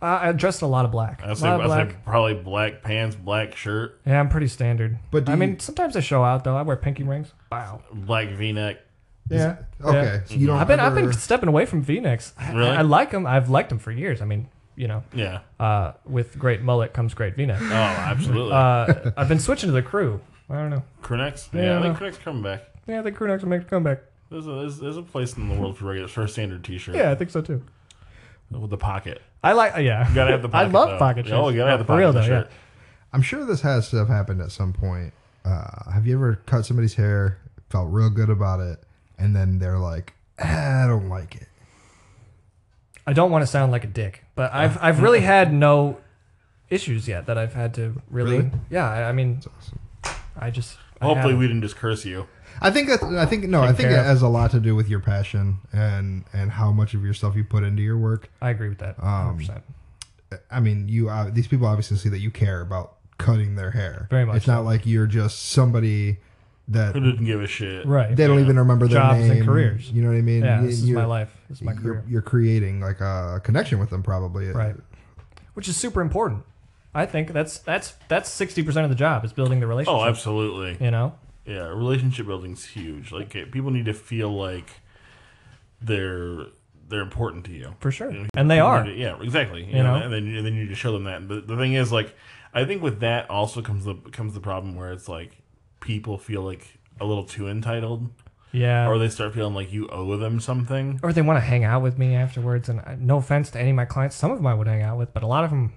Speaker 3: Uh, I dressed a lot of black.
Speaker 2: I
Speaker 3: A
Speaker 2: say,
Speaker 3: lot
Speaker 2: I
Speaker 3: of black.
Speaker 2: say probably black pants, black shirt,
Speaker 3: Yeah, I'm pretty standard.
Speaker 1: But
Speaker 3: But
Speaker 1: do
Speaker 3: I
Speaker 1: you-
Speaker 3: mean, sometimes I show out though. I wear pinky rings. Wow.
Speaker 2: black V-neck.
Speaker 3: Yeah.
Speaker 1: Okay, so you don't.
Speaker 3: I've been I've
Speaker 1: ever-
Speaker 3: been stepping away from V-necks. I,
Speaker 2: Really?
Speaker 3: I like them. I've liked them for years. I mean, you know,
Speaker 2: Yeah.
Speaker 3: uh, with great mullet comes great V-neck.
Speaker 2: Oh, absolutely.
Speaker 3: Uh, I've been switching to the crew. I don't know.
Speaker 2: crew necks. Yeah,
Speaker 3: yeah,
Speaker 2: I think
Speaker 3: no.
Speaker 2: crew necks coming back.
Speaker 3: Yeah, the crew necks will make a comeback.
Speaker 2: There's a, there's, there's a place in the world for regular for a standard T-shirt.
Speaker 3: Yeah, I think so too.
Speaker 2: with the pocket.
Speaker 3: I like. Yeah,
Speaker 2: You gotta have the
Speaker 3: I
Speaker 2: pocket.
Speaker 3: love
Speaker 2: though.
Speaker 3: pocket shirts.
Speaker 2: Oh, you gotta have the
Speaker 3: for
Speaker 2: pocket
Speaker 3: real though.
Speaker 2: shirt.
Speaker 3: Yeah.
Speaker 1: I'm sure this has to have happened at some point. Uh, have you ever cut somebody's hair, felt real good about it, and then they're like, "Ah, I don't like it.
Speaker 3: I don't want to sound like a dick, but I've I've really had no issues yet that I've had to really.
Speaker 1: Really?
Speaker 3: Yeah, I, I mean,
Speaker 1: It's awesome.
Speaker 3: I just
Speaker 2: Hopefully,
Speaker 3: haven't.
Speaker 2: we didn't just curse you.
Speaker 1: I think that I think no, I
Speaker 3: Take
Speaker 1: think it
Speaker 3: care of.
Speaker 1: has a lot to do with your passion and and how much of yourself you put into your work.
Speaker 3: I agree with
Speaker 1: Um,
Speaker 3: that. 100%.
Speaker 1: I mean, you uh, these people obviously see that you care about cutting their hair.
Speaker 3: Very much
Speaker 1: It's not like you're just somebody that
Speaker 2: Who didn't give a shit?
Speaker 3: Right.
Speaker 1: they don't even remember their
Speaker 3: Jobs and
Speaker 1: name,
Speaker 3: careers.
Speaker 1: You know what I mean?
Speaker 3: yeah,
Speaker 1: You-
Speaker 3: this is
Speaker 1: you're-
Speaker 3: my life. This is my
Speaker 1: you're-
Speaker 3: career.
Speaker 1: You're, creating like a connection with them, probably.
Speaker 3: right. Which is super important. I think that's that's that's sixty percent of the job is building the relationship.
Speaker 2: Oh, absolutely.
Speaker 3: You know,
Speaker 2: Yeah, relationship building's huge. Like it- people need to feel like they're they're important to you.
Speaker 3: for sure.
Speaker 2: Yeah.
Speaker 3: And they are.
Speaker 2: Yeah, exactly. You,
Speaker 3: You
Speaker 2: know,
Speaker 3: know?
Speaker 2: and then you, then you need to show them that. But the thing is, like, I think with that also comes the comes the problem where it's like people feel like a little too entitled,
Speaker 3: Yeah.
Speaker 2: or they start feeling like you owe them something.
Speaker 3: or they want to hang out with me afterwards. And I, no offense to any of my clients, some of them I would hang out with, but a lot of them,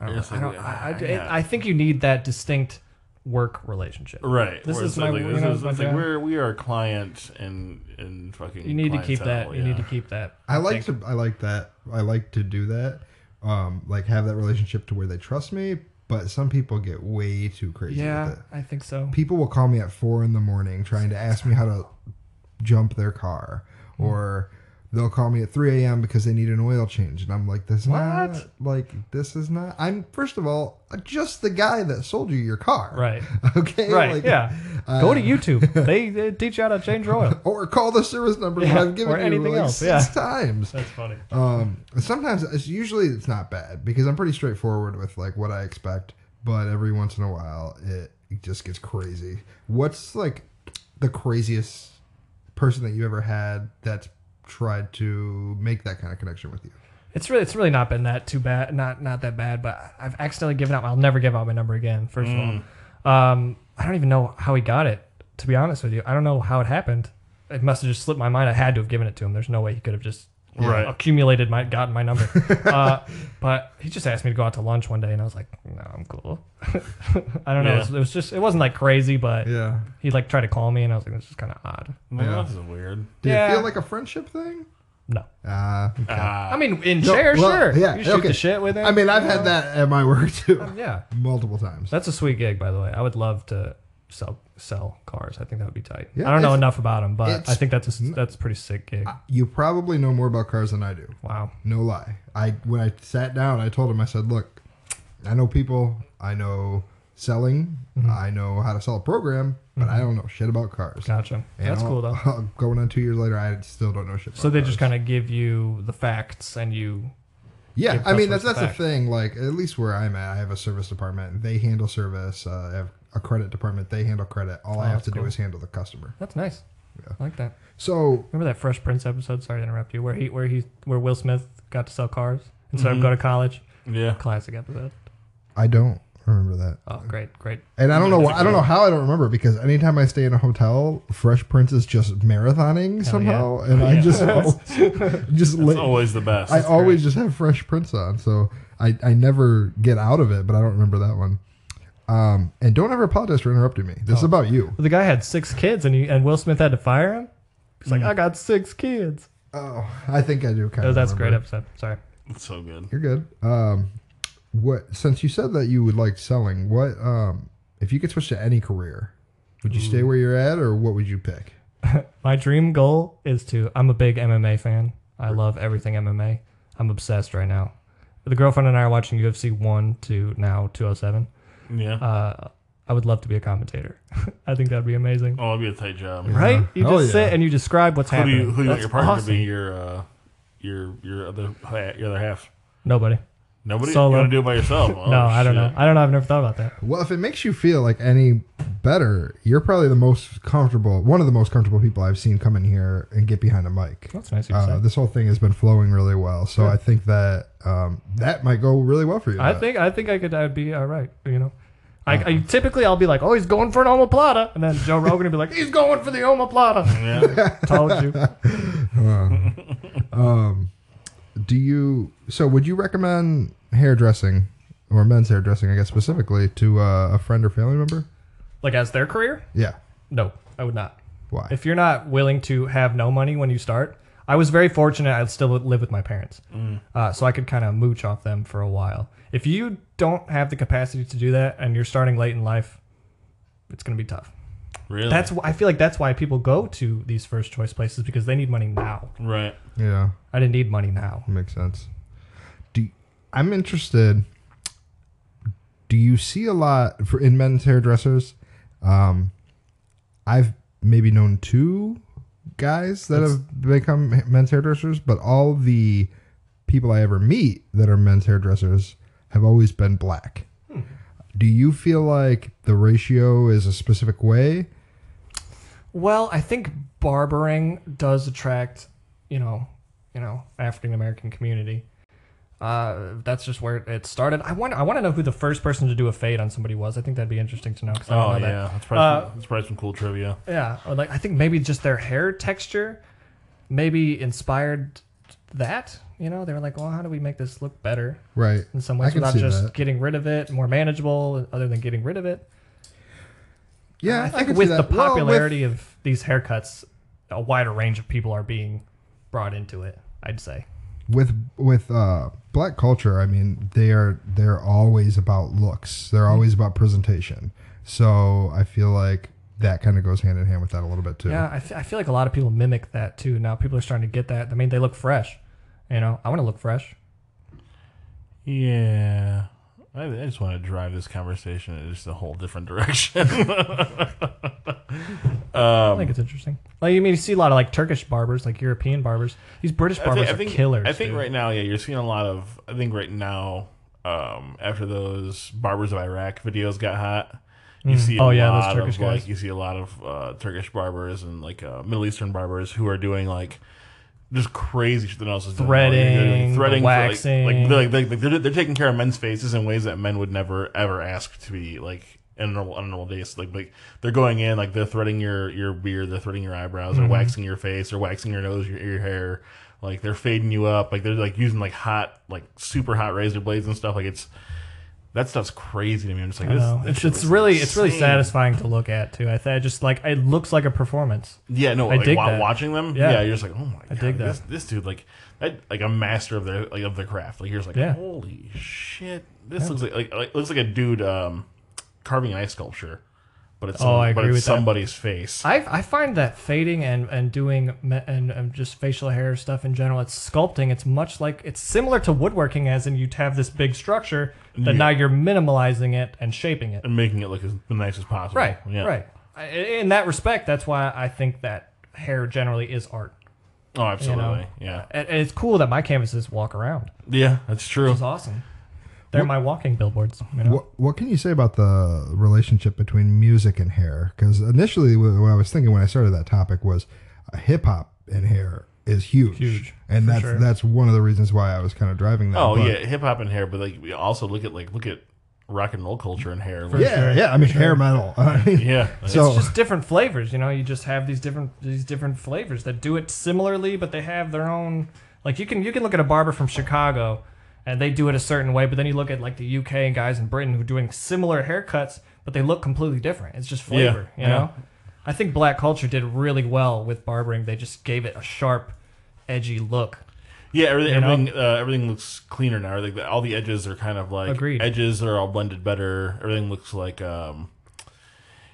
Speaker 3: I don't.
Speaker 2: Yes,
Speaker 3: I, don't
Speaker 2: I-
Speaker 3: I, I-
Speaker 2: yeah.
Speaker 3: I think you need that distinct work relationship.
Speaker 2: Right.
Speaker 3: This
Speaker 2: where
Speaker 3: is
Speaker 2: it's
Speaker 3: my-
Speaker 2: like,
Speaker 3: you
Speaker 2: this
Speaker 3: know,
Speaker 2: is-
Speaker 3: my
Speaker 2: it's like,
Speaker 3: job.
Speaker 2: we're we are a client and and fucking.
Speaker 3: You need to keep that.
Speaker 2: clientele,
Speaker 3: You
Speaker 2: yeah.
Speaker 3: need to keep that.
Speaker 1: I like to. I like that. I like to do that. Um, like have that relationship to where they trust me. But some people get way too crazy
Speaker 3: Yeah,
Speaker 1: with it.
Speaker 3: I think so.
Speaker 1: People will call me at four in the morning trying to ask me how to jump their car,
Speaker 3: Hmm.
Speaker 1: or they'll call me at three a.m. because they need an oil change, and I'm like, "This not
Speaker 3: What?
Speaker 1: like this is not." I'm first of all just the guy that sold you your car,
Speaker 3: Right.
Speaker 1: Okay,
Speaker 3: Right.
Speaker 1: Like, uh,
Speaker 3: yeah. Go to YouTube. They, they teach you how to change your oil.
Speaker 1: Or call the service number
Speaker 3: Yeah,
Speaker 1: that I've given
Speaker 3: or
Speaker 1: you
Speaker 3: anything
Speaker 1: like
Speaker 3: else,
Speaker 1: six
Speaker 3: yeah.
Speaker 1: times.
Speaker 3: That's funny.
Speaker 1: Um, sometimes it's usually it's not bad because I'm pretty straightforward with like what I expect, but every once in a while it, it just gets crazy. What's like the craziest person that you ever had that's tried to make that kind of connection with you?
Speaker 3: It's really it's really not been that too bad not not that bad, but I've accidentally given out my- I'll never give out my number again, first of all. Um I don't even know how he got it, to be honest with you. I don't know how it happened. It must have just slipped my mind. I had to have given it to him. There's no way he could have just
Speaker 2: Right.
Speaker 3: accumulated my gotten my number. uh, but he just asked me to go out to lunch one day and I was like, No, I'm cool. I don't know. It, was, it was just it wasn't like crazy, but
Speaker 1: Yeah.
Speaker 3: he like tried to call me and I was like, This is kinda odd.
Speaker 2: I'm like,
Speaker 1: Yeah.
Speaker 2: "Oh, This is weird.
Speaker 1: Did
Speaker 3: Yeah.
Speaker 1: it feel like a friendship thing?
Speaker 3: No.
Speaker 1: Uh, okay.
Speaker 2: Ah,
Speaker 3: I mean in
Speaker 1: No,
Speaker 3: share,
Speaker 1: well,
Speaker 3: sure.
Speaker 1: yeah,
Speaker 3: You shoot
Speaker 1: okay.
Speaker 3: the shit with it.
Speaker 1: I mean, I've had that at my work too,
Speaker 3: yeah.
Speaker 1: multiple times.
Speaker 3: That's a sweet gig, by the way. I would love to sell sell cars. I think that would be tight.
Speaker 1: Yeah,
Speaker 3: I don't know
Speaker 1: it's-
Speaker 3: enough about them, but I
Speaker 1: it's-
Speaker 3: think that's a, that's a pretty sick gig.
Speaker 1: You probably know more about cars than I do.
Speaker 3: wow.
Speaker 1: No lie. I when I sat down, I told him, I said, "Look, I know people. I know selling.
Speaker 3: Mm-hmm.
Speaker 1: I know how to sell a program, but I don't know shit about cars."
Speaker 3: Gotcha.
Speaker 1: And
Speaker 3: Mm-hmm. that's
Speaker 1: I'll-
Speaker 3: cool though.
Speaker 1: going on two years later, I still don't know shit.
Speaker 3: So they just kind of give you the facts and you
Speaker 1: yeah.
Speaker 3: give
Speaker 1: I mean,
Speaker 3: customers
Speaker 1: that's that's
Speaker 3: the
Speaker 1: the
Speaker 3: fact.
Speaker 1: thing. Like at least where I'm at, I have a service department. They handle service. Uh, I have a credit department. They handle credit. All I
Speaker 3: Oh,
Speaker 1: have
Speaker 3: that's
Speaker 1: to
Speaker 3: cool.
Speaker 1: do is handle the customer.
Speaker 3: that's nice. I like that.
Speaker 1: So
Speaker 3: Remember that Fresh Prince episode? Sorry to interrupt you. Where he where he where Will Smith got to sell cars instead of go to college.
Speaker 2: yeah.
Speaker 3: Classic episode.
Speaker 1: I don't remember that.
Speaker 3: Oh, great, great.
Speaker 1: And I don't know why, I don't know how I don't remember because anytime I stay in a hotel, Fresh Prince is just marathoning somehow, and
Speaker 3: Oh,
Speaker 1: I just just
Speaker 2: It's
Speaker 1: li-
Speaker 2: always the best.
Speaker 1: I always just have Fresh Prince on, so I I never get out of it. But I don't remember that one. Um, and don't ever apologize for interrupting me.
Speaker 3: Oh.
Speaker 1: This is about you.
Speaker 3: Well, the guy had six kids, and he, and Will Smith had to fire him. He's
Speaker 1: Mm.
Speaker 3: like, I got six kids.
Speaker 1: Oh, I think I do kind
Speaker 3: Oh,
Speaker 1: of.
Speaker 3: that's a
Speaker 1: remember.
Speaker 3: great episode. Sorry.
Speaker 2: It's so good.
Speaker 1: You're good. Um, what since you said that you would like selling, what um if you could switch to any career, would you stay where you're at, or what would you pick?
Speaker 3: My dream goal is to. I'm a big MMA fan. I love everything MMA. I'm obsessed right now. The girlfriend and I are watching UFC one to now 207.
Speaker 2: Yeah.
Speaker 3: Uh, I would love to be a commentator. I think that'd be amazing.
Speaker 2: oh, it'd be a tight job.
Speaker 3: Right? You
Speaker 1: Hell
Speaker 3: just
Speaker 1: yeah.
Speaker 3: sit and you describe what's
Speaker 2: Who do
Speaker 3: happening.
Speaker 2: you who do you want
Speaker 3: That's
Speaker 2: your partner
Speaker 3: awesome.
Speaker 2: to be your uh, your your other ha- your other half?
Speaker 3: Nobody.
Speaker 2: Nobody.
Speaker 3: Solo.
Speaker 2: You want to do it by yourself? Oh,
Speaker 3: no, I don't know. I don't know. I've never thought about that.
Speaker 1: Well, if it makes you feel like any better, you're probably the most comfortable, one of the most comfortable people I've seen come in here and get behind a mic.
Speaker 3: That's nice of you to
Speaker 1: Uh,
Speaker 3: say.
Speaker 1: this whole thing has been flowing really well, so I think that um, that might go really well for you.
Speaker 3: I
Speaker 1: Uh,
Speaker 3: think I think I could. I'd be all right. You know, I, I typically I'll be like, oh, he's going for an omoplata, and then Joe Rogan would be like, he's going for the omoplata.
Speaker 2: Shit. Yeah.
Speaker 3: Told you.
Speaker 1: Um, Do you? So, would you recommend hairdressing or men's hairdressing, I guess specifically, to uh, a friend or family member?
Speaker 3: Like as their career?
Speaker 1: Yeah.
Speaker 3: No, I would not.
Speaker 1: Why?
Speaker 3: If you're not willing to have no money when you start, I was very fortunate. I still live with my parents, uh, so I could kind of mooch off them for a while. If you don't have the capacity to do that and you're starting late in life, it's going to be tough.
Speaker 2: Really?
Speaker 3: That's wh- I feel like that's why people go to these first choice places because they need money now.
Speaker 2: right.
Speaker 1: Yeah.
Speaker 3: I didn't need money now.
Speaker 1: Makes sense. Do I'm interested. Do you see a lot for in men's hairdressers? Um, I've maybe known two guys that
Speaker 3: That's-
Speaker 1: have become ha- men's hairdressers, but all the people I ever meet that are men's hairdressers have always been black.
Speaker 3: Hmm.
Speaker 1: Do you feel like the ratio is a specific way?
Speaker 3: Well, I think barbering does attract, you know, you know, African American community. Uh, that's just where it started. I want I want to know who the first person to do a fade on somebody was. I think that'd be interesting to know. 'cause I don't
Speaker 2: Oh yeah,
Speaker 3: know that.
Speaker 2: that's probably, some, that's probably some cool trivia.
Speaker 3: Yeah, or like I think maybe just their hair texture, maybe inspired that. You know, they were like, well, how do we make this look better
Speaker 1: Right.
Speaker 3: in some
Speaker 1: I
Speaker 3: ways
Speaker 1: can
Speaker 3: without
Speaker 1: see
Speaker 3: just
Speaker 1: that.
Speaker 3: getting rid of it, more manageable, other than getting rid of it.
Speaker 1: Yeah,
Speaker 3: I think
Speaker 1: can see
Speaker 3: with the
Speaker 1: that. Well, with-
Speaker 3: popularity of these haircuts, a wider range of people are being brought into it. I'd say.
Speaker 1: with with uh black culture i mean they are they're always about looks they're
Speaker 3: Mm-hmm.
Speaker 1: always about presentation so i feel like that kind of goes hand in hand with that a little bit too
Speaker 3: Yeah, I fe- I feel like a lot of people mimic that too. Now people are starting to get that. I mean, they look fresh. You know, I want to look fresh.
Speaker 2: Yeah. I, I just want to drive this conversation in just a whole different direction. Um,
Speaker 3: I think it's interesting. Like, I mean, you see a lot of like Turkish barbers, like European barbers. These British
Speaker 2: I
Speaker 3: barbers
Speaker 2: think, I think
Speaker 3: are killers.
Speaker 2: I think
Speaker 3: dude.
Speaker 2: right now, yeah, you're seeing a lot of. I think right now, um, after those barbers of Iraq videos got hot, you see a
Speaker 3: Oh, yeah, those
Speaker 2: lot
Speaker 3: Turkish
Speaker 2: of like
Speaker 3: guys.
Speaker 2: you see a lot of uh, Turkish barbers and like uh, Middle Eastern barbers who are doing like just crazy shit that else is doing. Like, they're
Speaker 3: Threading,
Speaker 2: threading, for, like-
Speaker 3: waxing.
Speaker 2: Like, they're, like, they're- like, they're, they're taking care of men's faces in ways that men would never ever ask to be like. In a normal, on a normal day, so like, like they're going in, like they're threading your your beard, they're threading your eyebrows,
Speaker 3: Mm-hmm.
Speaker 2: they're waxing your face, they're waxing your nose, your, your hair, like they're fading you up, like they're like using like hot, like super hot razor blades and stuff. Like it's that stuff's crazy to me. I'm just like,
Speaker 3: I
Speaker 2: this,
Speaker 3: know.
Speaker 2: this
Speaker 3: It's,
Speaker 2: shit
Speaker 3: it's
Speaker 2: looks
Speaker 3: really it's really
Speaker 2: insane.
Speaker 3: satisfying to look at too. I, th- I just like it looks like a performance.
Speaker 2: Yeah, no,
Speaker 3: I
Speaker 2: like
Speaker 3: dig
Speaker 2: while
Speaker 3: that.
Speaker 2: watching them, yeah.
Speaker 3: Yeah.
Speaker 2: you're just like, oh my god,
Speaker 3: dig
Speaker 2: This, this dude, like, that, like a master of their like of the craft. Like, you're just like,
Speaker 3: Yeah.
Speaker 2: holy shit, this looks like, like like looks like a dude um carving an ice sculpture, but it's
Speaker 3: Oh,
Speaker 2: someone-
Speaker 3: I
Speaker 2: but
Speaker 3: agree
Speaker 2: it's
Speaker 3: with that.
Speaker 2: somebody's face.
Speaker 3: I, I find that fading and and doing me- and, and just facial hair stuff in general, it's sculpting. It's much like it's similar to woodworking, as in you have this big structure, then
Speaker 2: Yeah.
Speaker 3: now you're minimalizing it and shaping it.
Speaker 2: and making it look as nice as possible.
Speaker 3: Right,
Speaker 2: Yeah.
Speaker 3: right. I- In that respect, that's why I think that hair generally is art.
Speaker 2: Oh, absolutely. Yeah.
Speaker 3: And, and it's cool that my canvases walk around.
Speaker 2: Yeah, that's true.
Speaker 3: It's awesome. They're my walking billboards. You know?
Speaker 1: What, what can you say about the relationship between music and hair? Because initially, wh- what I was thinking when I started that topic was uh, hip hop and hair is huge,
Speaker 3: Huge,
Speaker 1: and
Speaker 3: for
Speaker 1: that's
Speaker 3: sure.
Speaker 1: that's one of the reasons why I was kind of driving that.
Speaker 2: Oh
Speaker 1: but-
Speaker 2: yeah, hip hop and hair, but like we also look at like look at rock and roll culture and hair. Like,
Speaker 1: yeah, yeah. I mean, hair metal. I mean,
Speaker 2: yeah.
Speaker 1: So
Speaker 3: it's just different flavors you know you just have these different these different flavors that do it similarly but they have their own like you can you can look at a barber from chicago and they do it a certain way but then you look at like the uk and guys in britain who are doing similar haircuts but they look completely different it's just flavor
Speaker 2: Yeah,
Speaker 3: you know i think black culture did really well with barbering they just gave it a sharp edgy look
Speaker 2: Yeah, everything
Speaker 3: You know?
Speaker 2: everything, uh, everything looks cleaner now. Like the, all the edges are kind of like
Speaker 3: Agreed.
Speaker 2: edges are all blended better. Everything looks like um,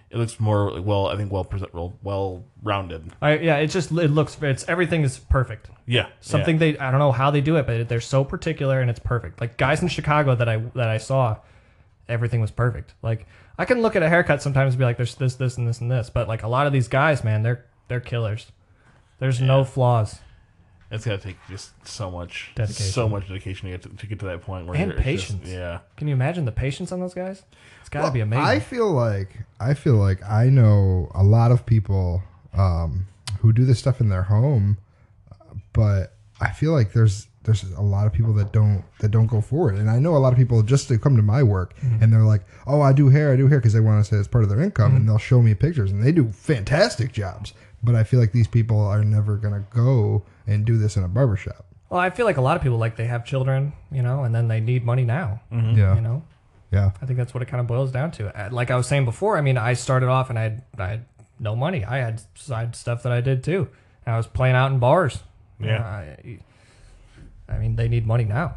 Speaker 2: it looks more well. I think well present, well, well rounded.
Speaker 3: I, yeah it just it looks it's everything is perfect
Speaker 2: Yeah,
Speaker 3: something they I don't know how they do it, but they're so particular and it's perfect. Like guys in Chicago that I that I saw, everything was perfect. Like I can look at a haircut sometimes and be like, there's this, this, and this, and this. But like a lot of these guys, man, they're they're killers. There's no flaws
Speaker 2: Yeah. It's gotta take just so much
Speaker 3: Dedication.
Speaker 2: so much dedication to get to, to get to that point where
Speaker 3: And
Speaker 2: you're- it's just-
Speaker 3: patience.
Speaker 2: yeah,
Speaker 3: Can you imagine the patience on those guys? It's gotta
Speaker 1: Well,
Speaker 3: be amazing.
Speaker 1: I feel like I feel like I know a lot of people um, who do this stuff in their home, but I feel like there's there's a lot of people that don't that don't go forward, and I know a lot of people just to come to my work
Speaker 3: Mm-hmm.
Speaker 1: and they're like, oh, I do hair, I do hair because they want to say it's part of their income,
Speaker 3: Mm-hmm.
Speaker 1: and they'll show me pictures, and they do fantastic jobs, but I feel like these people are never gonna go and do this in a barbershop.
Speaker 3: well, I feel like a lot of people like they have children, you know, and then they need money now.
Speaker 1: Yeah,
Speaker 3: Mm-hmm. You know?
Speaker 1: yeah,
Speaker 3: I think that's what it kind of boils down to. Uh, Like I was saying before, I mean, I started off and I had, I had no money. I had side stuff that I did too. And I was playing out in bars.
Speaker 2: Yeah.
Speaker 3: I, I mean, they need money now.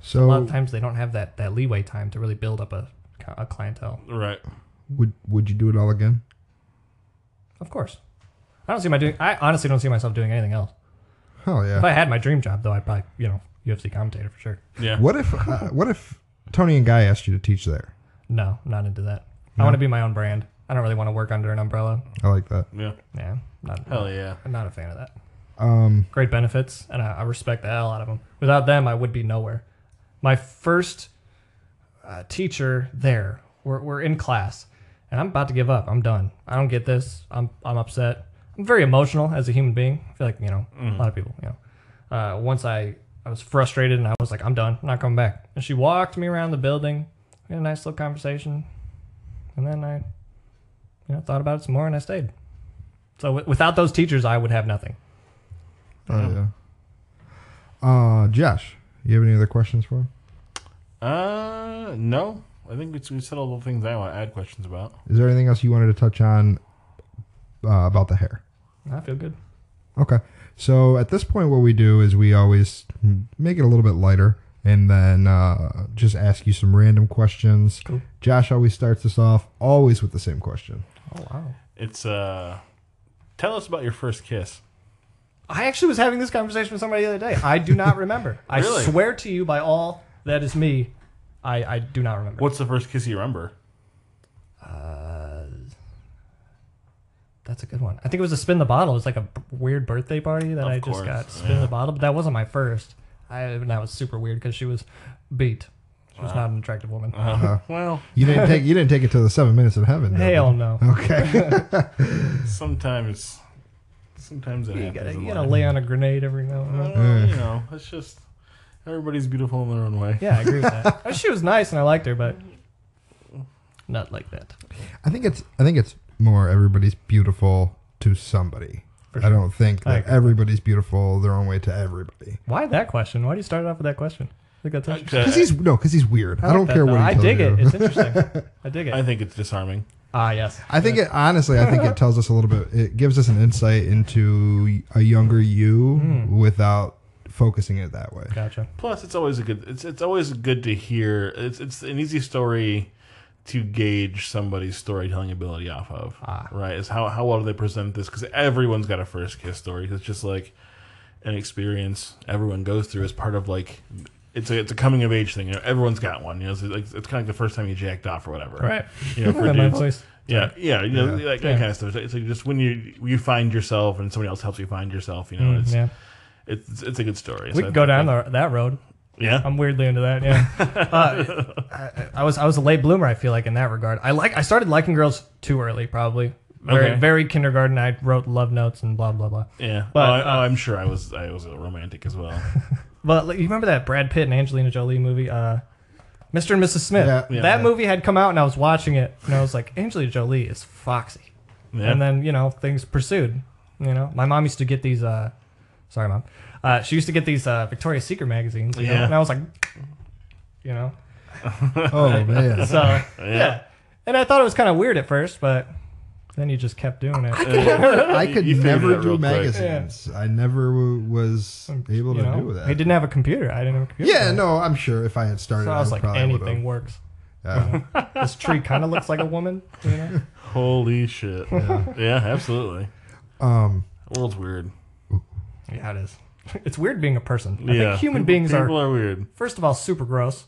Speaker 1: so
Speaker 3: A lot of times they don't have that, that leeway time to really build up a, a clientele.
Speaker 2: right.
Speaker 1: Would would you do it all again?
Speaker 3: Of course. I don't see my doing. I honestly don't see myself doing anything else.
Speaker 1: Hell yeah.
Speaker 3: If I had my dream job, though, I'd probably you know UFC commentator for sure.
Speaker 2: Yeah.
Speaker 1: What if uh, what if Tony and Guy asked you to teach there?
Speaker 3: No, not into that. I want to be my own brand. I don't really want to work under an umbrella.
Speaker 1: I like that.
Speaker 2: Yeah.
Speaker 3: Yeah, not
Speaker 2: Hell yeah.
Speaker 3: I'm not a fan of that.
Speaker 1: Um,
Speaker 3: Great benefits, and I, I respect the hell out of them. Without them, I would be nowhere. My first uh, teacher there, we're, we're in class, and I'm about to give up. I'm done. I don't get this. I'm, I'm upset. I'm very emotional as a human being. I feel like, you know, a lot of people, you know. Uh, once I, I was frustrated and I was like, I'm done. I'm not coming back. And she walked me around the building. We had a nice little conversation. And then I, you know, thought about it some more and I stayed. So w- without those teachers, I would have nothing.
Speaker 1: oh, yeah. Uh, Josh, you have any other questions for him?
Speaker 2: Uh, no. I think it's, we said all the things I want to add questions about.
Speaker 1: Is there anything else you wanted to touch on uh, about the hair?
Speaker 3: I feel good.
Speaker 1: Okay. So at this point, what we do is we always make it a little bit lighter and then uh, just ask you some random questions.
Speaker 3: Cool.
Speaker 1: Josh always starts us off always with the same question.
Speaker 3: Oh wow!
Speaker 2: It's uh, tell us about your first kiss.
Speaker 3: I actually was having this conversation with somebody the other day. I do not remember.
Speaker 2: Really?
Speaker 3: I swear to you, by all that is me, I, I do not remember.
Speaker 2: What's the first kiss you remember?
Speaker 3: Uh, that's a good one. I think it was a spin the bottle. It was like a b- weird birthday party that
Speaker 2: Of
Speaker 3: I
Speaker 2: course,
Speaker 3: just got spin
Speaker 2: yeah.
Speaker 3: the bottle, but that wasn't my first. I and that was super weird because she was beat. She was not an attractive woman.
Speaker 2: Uh, well,
Speaker 1: You didn't take you didn't take it to the seven minutes of heaven. did you?
Speaker 3: Hell no.
Speaker 1: Okay.
Speaker 2: sometimes, sometimes it
Speaker 3: You
Speaker 2: happens.
Speaker 3: gotta,
Speaker 2: in
Speaker 3: you gotta
Speaker 2: life.
Speaker 3: lay on a grenade every now and then.
Speaker 2: Well, you know, it's just everybody's beautiful in their own way.
Speaker 3: Yeah, I agree with that. she was nice and I liked her, but not like that.
Speaker 1: I think it's I think it's more everybody's beautiful to somebody.
Speaker 3: For
Speaker 1: I don't think
Speaker 3: I
Speaker 1: that
Speaker 3: agree.
Speaker 1: everybody's beautiful their own way to everybody.
Speaker 3: Why that question? Why do you start off with that question? I think that's interesting.
Speaker 1: Because he's no, because he's weird. I,
Speaker 3: like
Speaker 1: don't
Speaker 3: that,
Speaker 1: care
Speaker 3: though.
Speaker 1: what he
Speaker 3: Uh, I
Speaker 1: tells
Speaker 3: dig
Speaker 1: you.
Speaker 3: it. It's interesting. I dig
Speaker 2: I
Speaker 3: it.
Speaker 2: think it's disarming.
Speaker 3: Ah, yes.
Speaker 1: I think it honestly. I think it tells us a little bit. It gives us an insight into a younger you
Speaker 3: Hmm.
Speaker 1: without focusing it that way.
Speaker 3: Gotcha.
Speaker 2: Plus, it's always a good. It's it's always good to hear. It's it's an easy story to gauge somebody's storytelling ability off of.
Speaker 3: Ah.
Speaker 2: Right? Is how how well do they present this? Because everyone's got a first kiss story. It's just like an experience everyone goes through as part of like. It's a, it's a coming of age thing. You know, everyone's got one. You know, it's, like, it's kind of like the first time you jacked off or whatever.
Speaker 3: Right.
Speaker 2: You know, for
Speaker 3: In my
Speaker 2: dudes.
Speaker 3: voice.
Speaker 2: Yeah, yeah, you know,
Speaker 1: Yeah.
Speaker 2: like
Speaker 3: Yeah.
Speaker 2: that kind of stuff. It's like just when you you find yourself and somebody else helps you find yourself. You know,
Speaker 3: Mm,
Speaker 2: it's,
Speaker 3: yeah.
Speaker 2: it's it's a good story. So
Speaker 3: We could
Speaker 2: I
Speaker 3: go
Speaker 2: think
Speaker 3: down
Speaker 2: that-
Speaker 3: the, that road.
Speaker 2: Yeah,
Speaker 3: I'm weirdly into that. Yeah. Uh, I, I was I was a late bloomer. I feel like in that regard. I like I started liking girls too early, probably. Very
Speaker 2: Okay.
Speaker 3: very kindergarten. I wrote love notes and blah blah blah.
Speaker 2: yeah.
Speaker 3: But, uh,
Speaker 2: oh, I, oh, I'm sure I was I was a romantic as well.
Speaker 3: But like, you remember that Brad Pitt and Angelina Jolie movie, uh, Mr. and Mrs. Smith?
Speaker 1: Yeah, yeah,
Speaker 3: that
Speaker 1: yeah.
Speaker 3: movie had come out, and I was watching it, and I was like, Angelina Jolie is foxy.
Speaker 2: Yeah.
Speaker 3: And then you know things pursued. You know, my mom used to get these. Uh, sorry, mom. Uh, she used to get these uh, Victoria's Secret magazines. You know?
Speaker 2: Yeah.
Speaker 3: And I was like, you know,
Speaker 1: Oh man,
Speaker 3: so yeah. And I thought it was kind of weird at first, but then you just kept doing it.
Speaker 1: I could
Speaker 2: You figured it
Speaker 1: never
Speaker 2: out
Speaker 1: do
Speaker 2: real quick.
Speaker 1: magazines. I never w- was able
Speaker 3: You
Speaker 1: to
Speaker 3: know?
Speaker 1: do that.
Speaker 3: I didn't have a computer. I didn't have a computer.
Speaker 1: yeah, no, I'm sure if I had started,
Speaker 3: So I was like,
Speaker 1: probably
Speaker 3: anything
Speaker 1: anything.
Speaker 3: works.
Speaker 1: Yeah.
Speaker 3: This tree kind of looks like a woman. You know.
Speaker 2: Holy shit! Yeah. absolutely.
Speaker 1: um,
Speaker 2: The world's weird.
Speaker 3: Yeah, it is. It's weird being a person. I
Speaker 2: yeah,
Speaker 3: think human
Speaker 2: People-
Speaker 3: beings are,
Speaker 2: people are weird.
Speaker 3: first of all, super gross.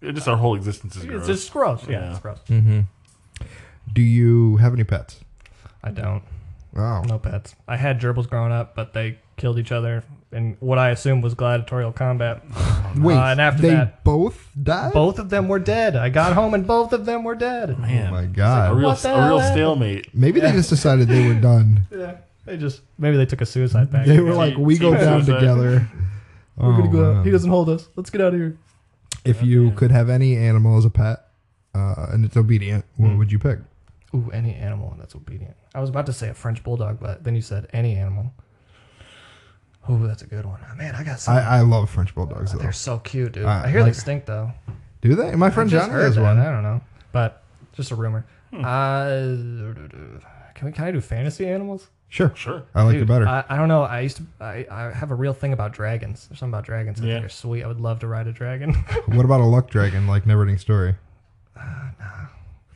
Speaker 2: It just our whole existence is
Speaker 3: It's
Speaker 2: gross.
Speaker 3: just gross. Yeah,
Speaker 2: Yeah.
Speaker 3: it's gross.
Speaker 1: do you have any pets?
Speaker 3: I don't.
Speaker 1: Oh,
Speaker 3: No pets. I had gerbils growing up, but they killed each other in what I assume was gladiatorial combat.
Speaker 1: wait,
Speaker 3: Uh, and after
Speaker 1: they
Speaker 3: that-
Speaker 1: both died.
Speaker 3: both of them were dead. I got home and both of them were dead.
Speaker 2: Man,
Speaker 1: Oh my
Speaker 2: it's like
Speaker 1: God.
Speaker 2: a real
Speaker 3: What the
Speaker 2: a real
Speaker 3: hell?
Speaker 2: stalemate.
Speaker 1: Maybe they just decided they were done.
Speaker 3: Yeah. They just, maybe they took a suicide pact.
Speaker 1: They were like,
Speaker 2: Team-
Speaker 1: we go
Speaker 2: team
Speaker 1: down
Speaker 2: suicide.
Speaker 1: together.
Speaker 3: we're going to
Speaker 1: Oh,
Speaker 3: go out. He
Speaker 1: man.
Speaker 3: doesn't hold us. Let's get out of here.
Speaker 1: If you could have any animal as a pet uh, and it's obedient,
Speaker 3: Mm.
Speaker 1: what would you pick?
Speaker 3: Ooh, any animal that's obedient. I was about to say a French bulldog, but then you said any animal. Ooh, that's a good one. Man, I got some.
Speaker 1: I, I love French bulldogs though.
Speaker 3: They're so cute, dude.
Speaker 1: Uh,
Speaker 3: I hear
Speaker 1: like-
Speaker 3: they stink though.
Speaker 1: Do they? My friend
Speaker 3: I just
Speaker 1: John
Speaker 3: heard
Speaker 1: has
Speaker 3: that.
Speaker 1: one.
Speaker 3: I don't know, but just a rumor.
Speaker 2: Hmm.
Speaker 3: Uh, can we kind of do fantasy animals?
Speaker 1: Sure,
Speaker 2: Sure.
Speaker 1: I like
Speaker 3: Dude,
Speaker 1: it better.
Speaker 3: I, I don't know. I used to. I, I have a real thing about dragons. There's something about dragons. I
Speaker 2: Yeah.
Speaker 3: think they're sweet. I would love to ride a dragon.
Speaker 1: what about a luck dragon like Never Ending Story?
Speaker 3: Uh,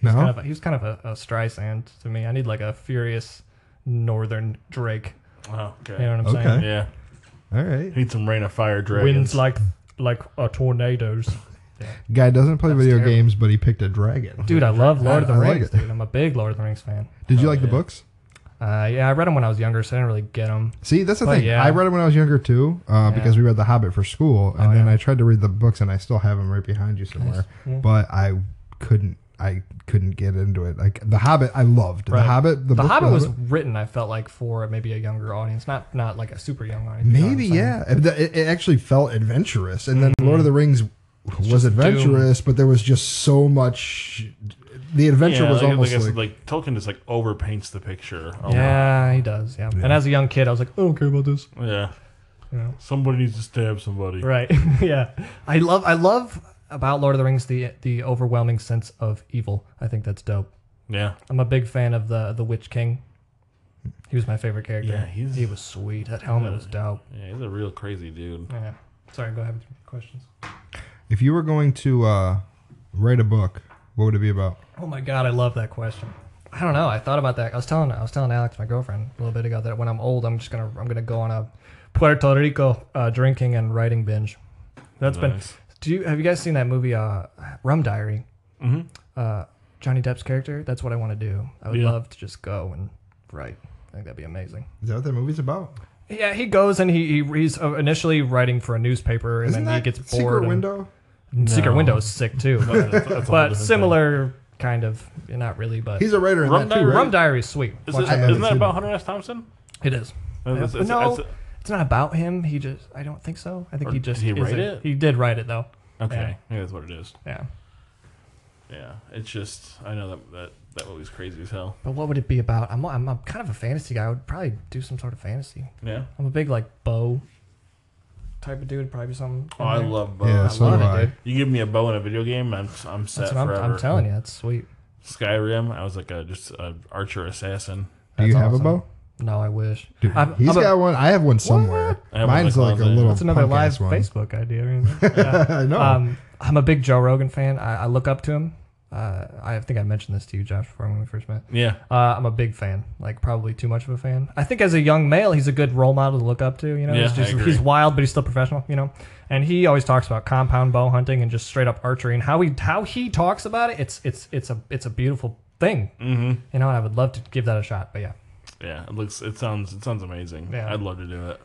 Speaker 3: He's
Speaker 1: No?
Speaker 3: kind of a, he's kind of a, a Streisand to me. I need like a furious northern Drake.
Speaker 2: Oh, okay.
Speaker 3: You know
Speaker 2: Yeah.
Speaker 3: what I'm
Speaker 1: Okay.
Speaker 3: saying?
Speaker 1: All right.
Speaker 2: Need some rain of fire dragons.
Speaker 3: Winds like like uh, tornadoes.
Speaker 1: Guy doesn't play
Speaker 3: That's
Speaker 1: video
Speaker 3: terrible.
Speaker 1: games, but he picked a dragon.
Speaker 3: Dude, I love Lord of the
Speaker 1: I like
Speaker 3: Rings.
Speaker 1: it.
Speaker 3: dude, I'm a big Lord of the Rings fan.
Speaker 1: Did you
Speaker 2: Oh,
Speaker 1: like the
Speaker 2: yeah.
Speaker 1: books?
Speaker 3: Uh, yeah, I read them when I was younger, so I didn't really get them.
Speaker 1: See, that's the
Speaker 3: But
Speaker 1: thing.
Speaker 3: yeah.
Speaker 1: I read it when I was younger too, uh,
Speaker 3: Yeah.
Speaker 1: because we read The Hobbit for school, and
Speaker 3: Oh,
Speaker 1: then
Speaker 3: yeah.
Speaker 1: I tried to read the books, and I still have them right behind you somewhere.
Speaker 3: Yeah.
Speaker 1: But I couldn't. I couldn't get into it. Like The Hobbit, I loved
Speaker 3: Right.
Speaker 1: The Hobbit. The,
Speaker 3: The
Speaker 1: book,
Speaker 3: Hobbit was written, I felt like, for maybe a younger audience, not not like a super young audience. you know what I'm
Speaker 1: maybe
Speaker 3: saying? Mm-hmm.
Speaker 1: yeah. It, it- it actually felt adventurous, and then Lord of the Rings was adventurous, but there was just so much. The adventure
Speaker 2: yeah,
Speaker 1: was
Speaker 2: like,
Speaker 1: almost
Speaker 2: like, I
Speaker 1: like,
Speaker 2: said, like Tolkien just like overpaints the picture. a lot.
Speaker 3: Yeah, he does. Yeah. And as a young kid, I was like, I don't care about this.
Speaker 2: Yeah.
Speaker 3: You know?
Speaker 2: Somebody needs to stab somebody.
Speaker 3: Right. yeah. I love. I love about Lord of the Rings the the overwhelming sense of evil. I think that's dope.
Speaker 2: Yeah.
Speaker 3: I'm a big fan of the the Witch King. He was my favorite character.
Speaker 2: Yeah, he's-
Speaker 3: he was sweet. That helmet was dope.
Speaker 2: Yeah, he's a real crazy dude.
Speaker 3: Yeah. Sorry. Go ahead with your questions.
Speaker 1: if you were going to uh, write a book, what would it be about?
Speaker 3: Oh my god, I love that question. I don't know. I thought about that. I was telling I was telling Alex, my girlfriend, a little bit ago that when I'm old, I'm just gonna I'm gonna go on a Puerto Rico uh, drinking and writing binge. That's been.
Speaker 2: Nice.
Speaker 3: Do you have you guys seen that movie uh, Rum Diary?
Speaker 2: Mhm.
Speaker 3: Uh, Johnny Depp's character. That's what I want to do. I would
Speaker 2: Yeah.
Speaker 3: love to just go and write. I think that'd be amazing.
Speaker 1: Is that what that movie's about?
Speaker 3: Yeah, he goes and he, he he's uh, initially writing for a newspaper, and
Speaker 1: Isn't
Speaker 3: then he
Speaker 1: that
Speaker 3: gets bored.
Speaker 1: Secret
Speaker 3: and-
Speaker 1: Window?
Speaker 3: Secret
Speaker 2: No.
Speaker 3: Window is sick too,
Speaker 2: Oh, That's- that's a whole
Speaker 3: but
Speaker 2: different thing.
Speaker 3: similar kind of. Not really, but
Speaker 1: He's a writer in
Speaker 2: Rum
Speaker 1: that too,
Speaker 2: Diary?
Speaker 1: right?
Speaker 3: Rum Diary is sweet.
Speaker 2: Is
Speaker 3: Watch
Speaker 1: I
Speaker 2: it,
Speaker 3: that.
Speaker 1: haven't
Speaker 2: isn't that
Speaker 1: seen
Speaker 2: about
Speaker 1: it.
Speaker 2: Hunter S. Thompson?
Speaker 3: It is.
Speaker 2: That's- that's- that's-
Speaker 3: no,
Speaker 2: that's-
Speaker 3: it's not about him. He just. I don't think so. I think
Speaker 2: Or
Speaker 3: he
Speaker 2: did
Speaker 3: just.
Speaker 2: he
Speaker 3: is
Speaker 2: write it?
Speaker 3: He did write it though.
Speaker 2: okay. Maybe that's what it is.
Speaker 3: Yeah.
Speaker 2: Yeah. It's just I know that that that movie's crazy as hell.
Speaker 3: But what would it be about? I'm, I'm, I'm kind of a fantasy guy. I would probably do some sort of fantasy.
Speaker 2: Yeah.
Speaker 3: I'm a big like bow type of dude. Probably something.
Speaker 2: Oh,
Speaker 3: in
Speaker 2: I
Speaker 3: there.
Speaker 2: love bow.
Speaker 1: Yeah,
Speaker 3: I
Speaker 1: so
Speaker 3: love
Speaker 1: do
Speaker 3: it,
Speaker 1: I.
Speaker 3: dude.
Speaker 2: You give me a bow in a video game, I'm I'm set
Speaker 3: That's what I'm,
Speaker 2: forever.
Speaker 3: I'm telling you. That's sweet.
Speaker 2: Skyrim, I was like a just a archer assassin.
Speaker 1: Do
Speaker 3: That's
Speaker 1: you have
Speaker 3: awesome.
Speaker 1: a bow?
Speaker 3: No, I wish.
Speaker 1: Dude,
Speaker 3: I'm-
Speaker 1: he's
Speaker 3: I'm a-
Speaker 1: got one. I have one somewhere.
Speaker 2: I have one in
Speaker 1: Mine's
Speaker 2: my
Speaker 1: like a
Speaker 2: closet.
Speaker 1: little.
Speaker 3: That's another live
Speaker 1: punk-ass one.
Speaker 3: Facebook idea. right? Yeah.
Speaker 1: I know.
Speaker 3: um, I'm a big Joe Rogan fan. I, I look up to him. Uh, I think I mentioned this to you, Josh, before when we first met.
Speaker 2: Yeah.
Speaker 3: Uh, I'm a big fan, like probably too much of a fan. I think as a young male, he's a good role model to look up to. You know,
Speaker 2: Yeah,
Speaker 3: he's, just,
Speaker 2: I agree.
Speaker 3: he's wild, but he's still professional. You know, and he always talks about compound bow hunting and just straight up archery and how he how he talks about it. It's it's it's a it's a beautiful thing.
Speaker 2: Mm-hmm.
Speaker 3: You know, and I would love to give that a shot. But yeah,
Speaker 2: Yeah. It looks it sounds it sounds amazing.
Speaker 3: Yeah.
Speaker 2: I'd love to do it.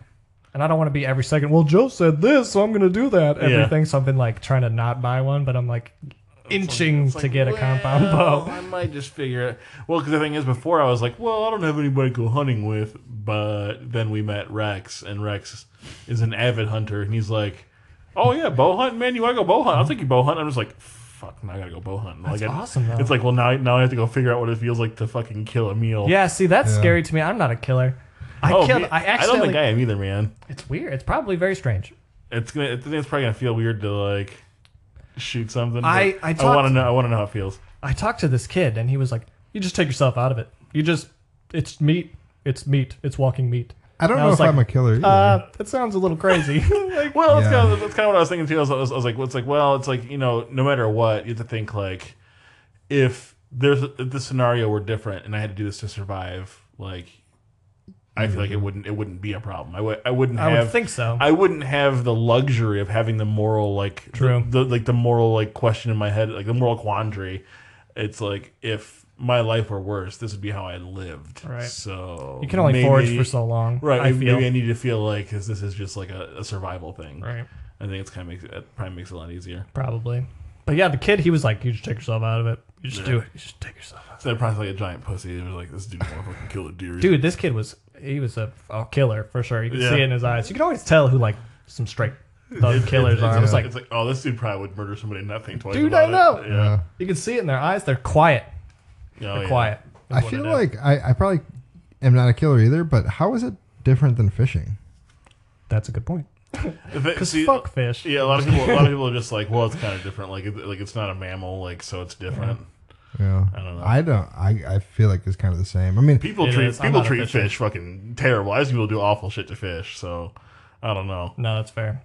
Speaker 3: and I don't want to be every second. Well, Joe said this, so I'm going to do that.
Speaker 2: Yeah.
Speaker 3: Everything. So I've been like trying to not buy one, but I'm like inching
Speaker 2: It's like,
Speaker 3: to get a compound
Speaker 2: well,
Speaker 3: bow.
Speaker 2: I might just figure it. Well, because the thing is, before I was like, well, I don't have anybody to go hunting with. But then we met Rex, and Rex is an avid hunter, and he's like, oh yeah, bow hunting, man. You want to go bow hunt? I'll take you bow hunt. I'm just like. Fuck! Now I gotta go bow hunting.
Speaker 3: That's
Speaker 2: like, I-
Speaker 3: awesome, though.
Speaker 2: It's like, well, now now I have to go figure out what it feels like to fucking kill a meal.
Speaker 3: Yeah, see, that's
Speaker 1: Yeah.
Speaker 3: scary to me. I'm not a killer. I
Speaker 2: Oh,
Speaker 3: killed.
Speaker 2: me-
Speaker 3: I
Speaker 2: I don't
Speaker 3: accidentally.
Speaker 2: think I am either, man.
Speaker 3: it's weird. It's probably very strange.
Speaker 2: It's gonna. It's, it's probably gonna feel weird to like shoot something.
Speaker 3: I-
Speaker 2: but I
Speaker 3: I
Speaker 2: want
Speaker 3: talked-
Speaker 2: to know. I want to know how it feels.
Speaker 3: I talked to this kid and he was like, "You just take yourself out of it. You just it's meat. It's meat. It's walking meat."
Speaker 1: I don't
Speaker 3: and I
Speaker 1: know
Speaker 3: was
Speaker 1: if
Speaker 3: like,
Speaker 1: I'm a killer. Either.
Speaker 3: Uh, that sounds a little crazy. like,
Speaker 2: Well, that's
Speaker 1: Yeah.
Speaker 2: kind of that's kind of what I was thinking too. I was, I was, I was like, well, it's like, well, it's like you know, no matter what, you have to think like, if there's if the scenario were different and I had to do this to survive, like, I feel like it wouldn't it wouldn't be a problem. I would I wouldn't
Speaker 3: Mm-hmm. I
Speaker 2: have.
Speaker 3: would think so.
Speaker 2: I wouldn't have the luxury of having the moral like
Speaker 3: True.
Speaker 2: The, the- like the moral like question in my head, like the moral quandary. It's like if my life were worse, this would be how I lived.
Speaker 3: Right.
Speaker 2: So
Speaker 3: you can only
Speaker 2: maybe-
Speaker 3: forage for so long.
Speaker 2: Right.
Speaker 3: I
Speaker 2: maybe,
Speaker 3: feel.
Speaker 2: maybe I need to feel like cause this is just like a, a survival thing.
Speaker 3: right.
Speaker 2: I think it's kind of makes it probably makes it a lot easier.
Speaker 3: Probably. But yeah, the kid, he was like, "You just take yourself out of it. You just do it. You just take yourself out."
Speaker 2: So they're probably like a giant pussy. It was like this dude want to fucking kill a deer.
Speaker 3: Dude, this kid was he was a, a killer for sure. You can
Speaker 2: Yeah.
Speaker 3: see it in his eyes. You can always tell who like some straight thug killers
Speaker 2: it's,
Speaker 3: are. I was
Speaker 2: it's, like,
Speaker 3: like,
Speaker 2: it's like oh, this dude probably would murder somebody and not think twice.
Speaker 3: Dude,
Speaker 2: about
Speaker 3: I know.
Speaker 2: It.
Speaker 1: Uh,
Speaker 2: Yeah.
Speaker 3: you can see it in their eyes. They're quiet.
Speaker 2: Yeah.
Speaker 3: They're
Speaker 2: Oh, yeah.
Speaker 3: quiet. is
Speaker 1: I
Speaker 3: what
Speaker 1: feel
Speaker 3: it is.
Speaker 1: like I, I probably am not a killer either. But how is it different than fishing?
Speaker 3: that's a good point.
Speaker 2: The thi-
Speaker 3: Because
Speaker 2: see-
Speaker 3: fuck fish.
Speaker 2: Yeah, a lot of people. A lot of people are just like, well, it's kind of different. Like, it, like it's not a mammal. Like, so it's different.
Speaker 1: Yeah,
Speaker 2: I don't know.
Speaker 1: I don't. I, I feel like it's kind of the same. I mean,
Speaker 2: People
Speaker 3: It
Speaker 2: treat
Speaker 3: is. I'm
Speaker 2: people
Speaker 3: not a
Speaker 2: treat
Speaker 3: fisher.
Speaker 2: fish fucking terrible. I see people do awful shit to fish. So I don't know.
Speaker 3: No, that's fair.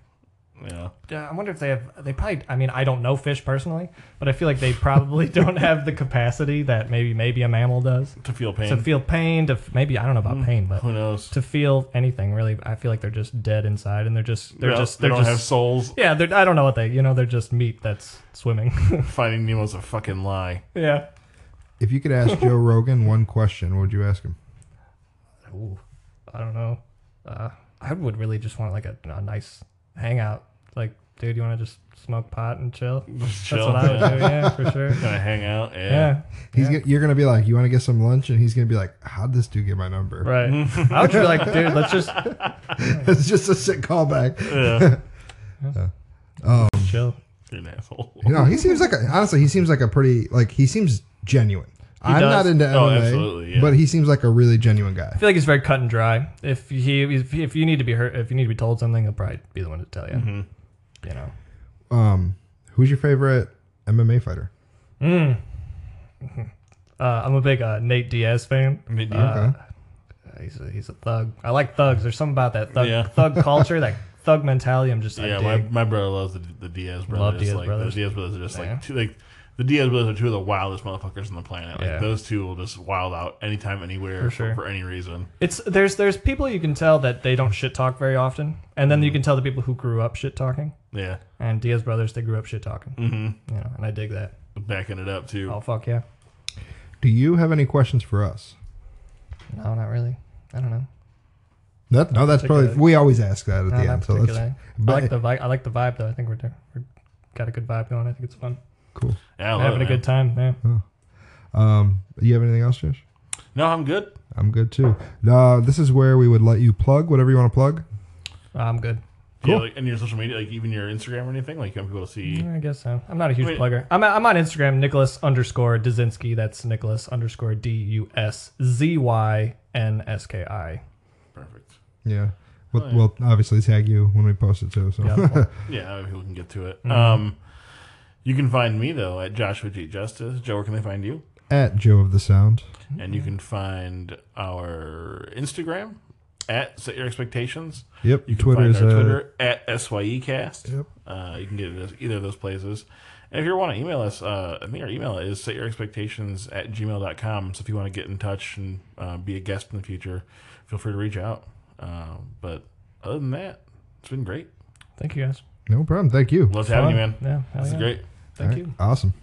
Speaker 2: Yeah.
Speaker 3: Uh, I wonder if they have. They probably. I mean, I don't know fish personally, but I feel like they probably don't have the capacity that maybe maybe a mammal does
Speaker 2: To feel pain. Hmm. Mm.
Speaker 3: to feel pain. To f- maybe I don't know about pain, but
Speaker 2: Who knows?
Speaker 3: to feel anything really, I feel like they're just dead inside, and they're just they're
Speaker 2: Yeah,
Speaker 3: just
Speaker 2: they
Speaker 3: they're
Speaker 2: don't have
Speaker 3: just
Speaker 2: souls.
Speaker 3: yeah. They're, I don't know what they you know. They're just meat that's swimming.
Speaker 2: Finding Nemo's a fucking lie.
Speaker 3: yeah.
Speaker 1: If you could ask Joe Rogan one question, what would you ask him?
Speaker 3: Ooh, I don't know. Uh, I would really just want like a, a nice hangout. Like, dude, you want to just smoke pot and chill?
Speaker 2: Just
Speaker 3: That's
Speaker 2: chill.
Speaker 3: what I would
Speaker 2: yeah.
Speaker 3: do. Yeah, for sure.
Speaker 2: Gonna hang out. Yeah.
Speaker 3: Yeah.
Speaker 1: He's
Speaker 3: Yeah.
Speaker 1: go- you're gonna be like, you want to get some lunch, and he's gonna be like, how'd this dude get my number?
Speaker 3: Right. I would be like, dude, let's just
Speaker 1: it's just a sick callback. Um,
Speaker 2: Yeah.
Speaker 3: chill.
Speaker 2: You're an asshole.
Speaker 1: You know, he seems like a, honestly, he seems like a pretty like he seems genuine. I'm
Speaker 3: does.
Speaker 1: not into
Speaker 2: Oh,
Speaker 1: MMA,
Speaker 2: absolutely, yeah.
Speaker 1: but he seems like a really genuine guy.
Speaker 3: I feel like it's very cut and dry. If he, if, if you need to be hurt, if you need to be told something, he'll probably be the one to tell you.
Speaker 2: Mm-hmm.
Speaker 3: You know.
Speaker 1: Um, who's your favorite MMA fighter?
Speaker 3: Mm. Uh, I'm a big uh, Nate Diaz fan.
Speaker 2: Nate
Speaker 3: Uh, he's, a, he's a thug. I like thugs. There's something about that thug,
Speaker 2: Yeah.
Speaker 3: thug culture, that thug mentality. I'm just
Speaker 2: Yeah,
Speaker 3: I
Speaker 2: my,
Speaker 3: dig.
Speaker 2: my brother loves the, the Diaz brothers.
Speaker 3: Diaz
Speaker 2: like
Speaker 3: brothers.
Speaker 2: the Diaz brothers are just
Speaker 3: Yeah.
Speaker 2: like two, like the Diaz brothers are two of the wildest motherfuckers on the planet. Like
Speaker 3: Yeah.
Speaker 2: those two will just wild out anytime, anywhere,
Speaker 3: For
Speaker 2: for,
Speaker 3: sure.
Speaker 2: for any reason.
Speaker 3: It's there's there's people you can tell that they don't shit talk very often, and then you
Speaker 2: Mm.
Speaker 3: can tell the people who grew up shit talking.
Speaker 2: Yeah,
Speaker 3: And Diaz brothers, they grew up shit talking. Mm-hmm. You know, and I dig that.
Speaker 2: backing it up too.
Speaker 3: Oh fuck yeah.
Speaker 1: Do you have any questions for us?
Speaker 3: No, not really. I don't know.
Speaker 1: That no, that's probably
Speaker 3: particularly.
Speaker 1: we always ask that at the
Speaker 3: Not that
Speaker 1: end. So let's,
Speaker 3: particular. I
Speaker 1: but-
Speaker 3: like the vibe. I like the vibe though. I think we're, doing- we're got a good vibe going. I think it's fun.
Speaker 1: cool.
Speaker 2: yeah, I
Speaker 3: We're
Speaker 2: love
Speaker 3: having
Speaker 2: it,
Speaker 3: a good
Speaker 2: man.
Speaker 3: time. Yeah.
Speaker 1: Um, you have anything else, Josh?
Speaker 2: No, I'm good.
Speaker 1: I'm good too. Uh, this is where we would let you plug whatever you want to plug.
Speaker 3: I'm good.
Speaker 2: Yeah, like and your social media, like even your Instagram or anything, like you want people to see.
Speaker 3: I guess so. I'm not a huge
Speaker 2: Wait.
Speaker 3: plugger. I'm, I'm on Instagram, Nicholas underscore Dzinski. That's Nicholas underscore D U S Z Y N S K I.
Speaker 2: Perfect.
Speaker 1: Yeah. We'll,
Speaker 2: Oh, yeah.
Speaker 1: we'll obviously tag you when we post it too. So
Speaker 3: Yeah.
Speaker 2: Yeah, that way people can get to it. Um, you can find me though at Joshua G Justice. Joe, where can they find you?
Speaker 1: at Joe of the Sound.
Speaker 2: And you can find our Instagram at Set Your Expectations.
Speaker 1: Yep.
Speaker 2: You can
Speaker 1: Twitter's
Speaker 2: find our
Speaker 1: uh,
Speaker 2: Twitter at SYEcast.
Speaker 1: Yep.
Speaker 2: Uh, you can get it at either of those places. And if you want to email us, uh, I think our email is setyourexpectations at gmail.com. So if you want to get in touch and uh, be a guest in the future, feel free to reach out. Uh, but other than that, it's been great.
Speaker 3: Thank you guys.
Speaker 1: No problem. Thank you.
Speaker 2: Love having you,
Speaker 3: Fun.
Speaker 2: man.
Speaker 3: Yeah. hell
Speaker 2: This is
Speaker 3: yeah.
Speaker 2: great.
Speaker 3: Thank
Speaker 1: All
Speaker 3: you.
Speaker 1: right, Awesome.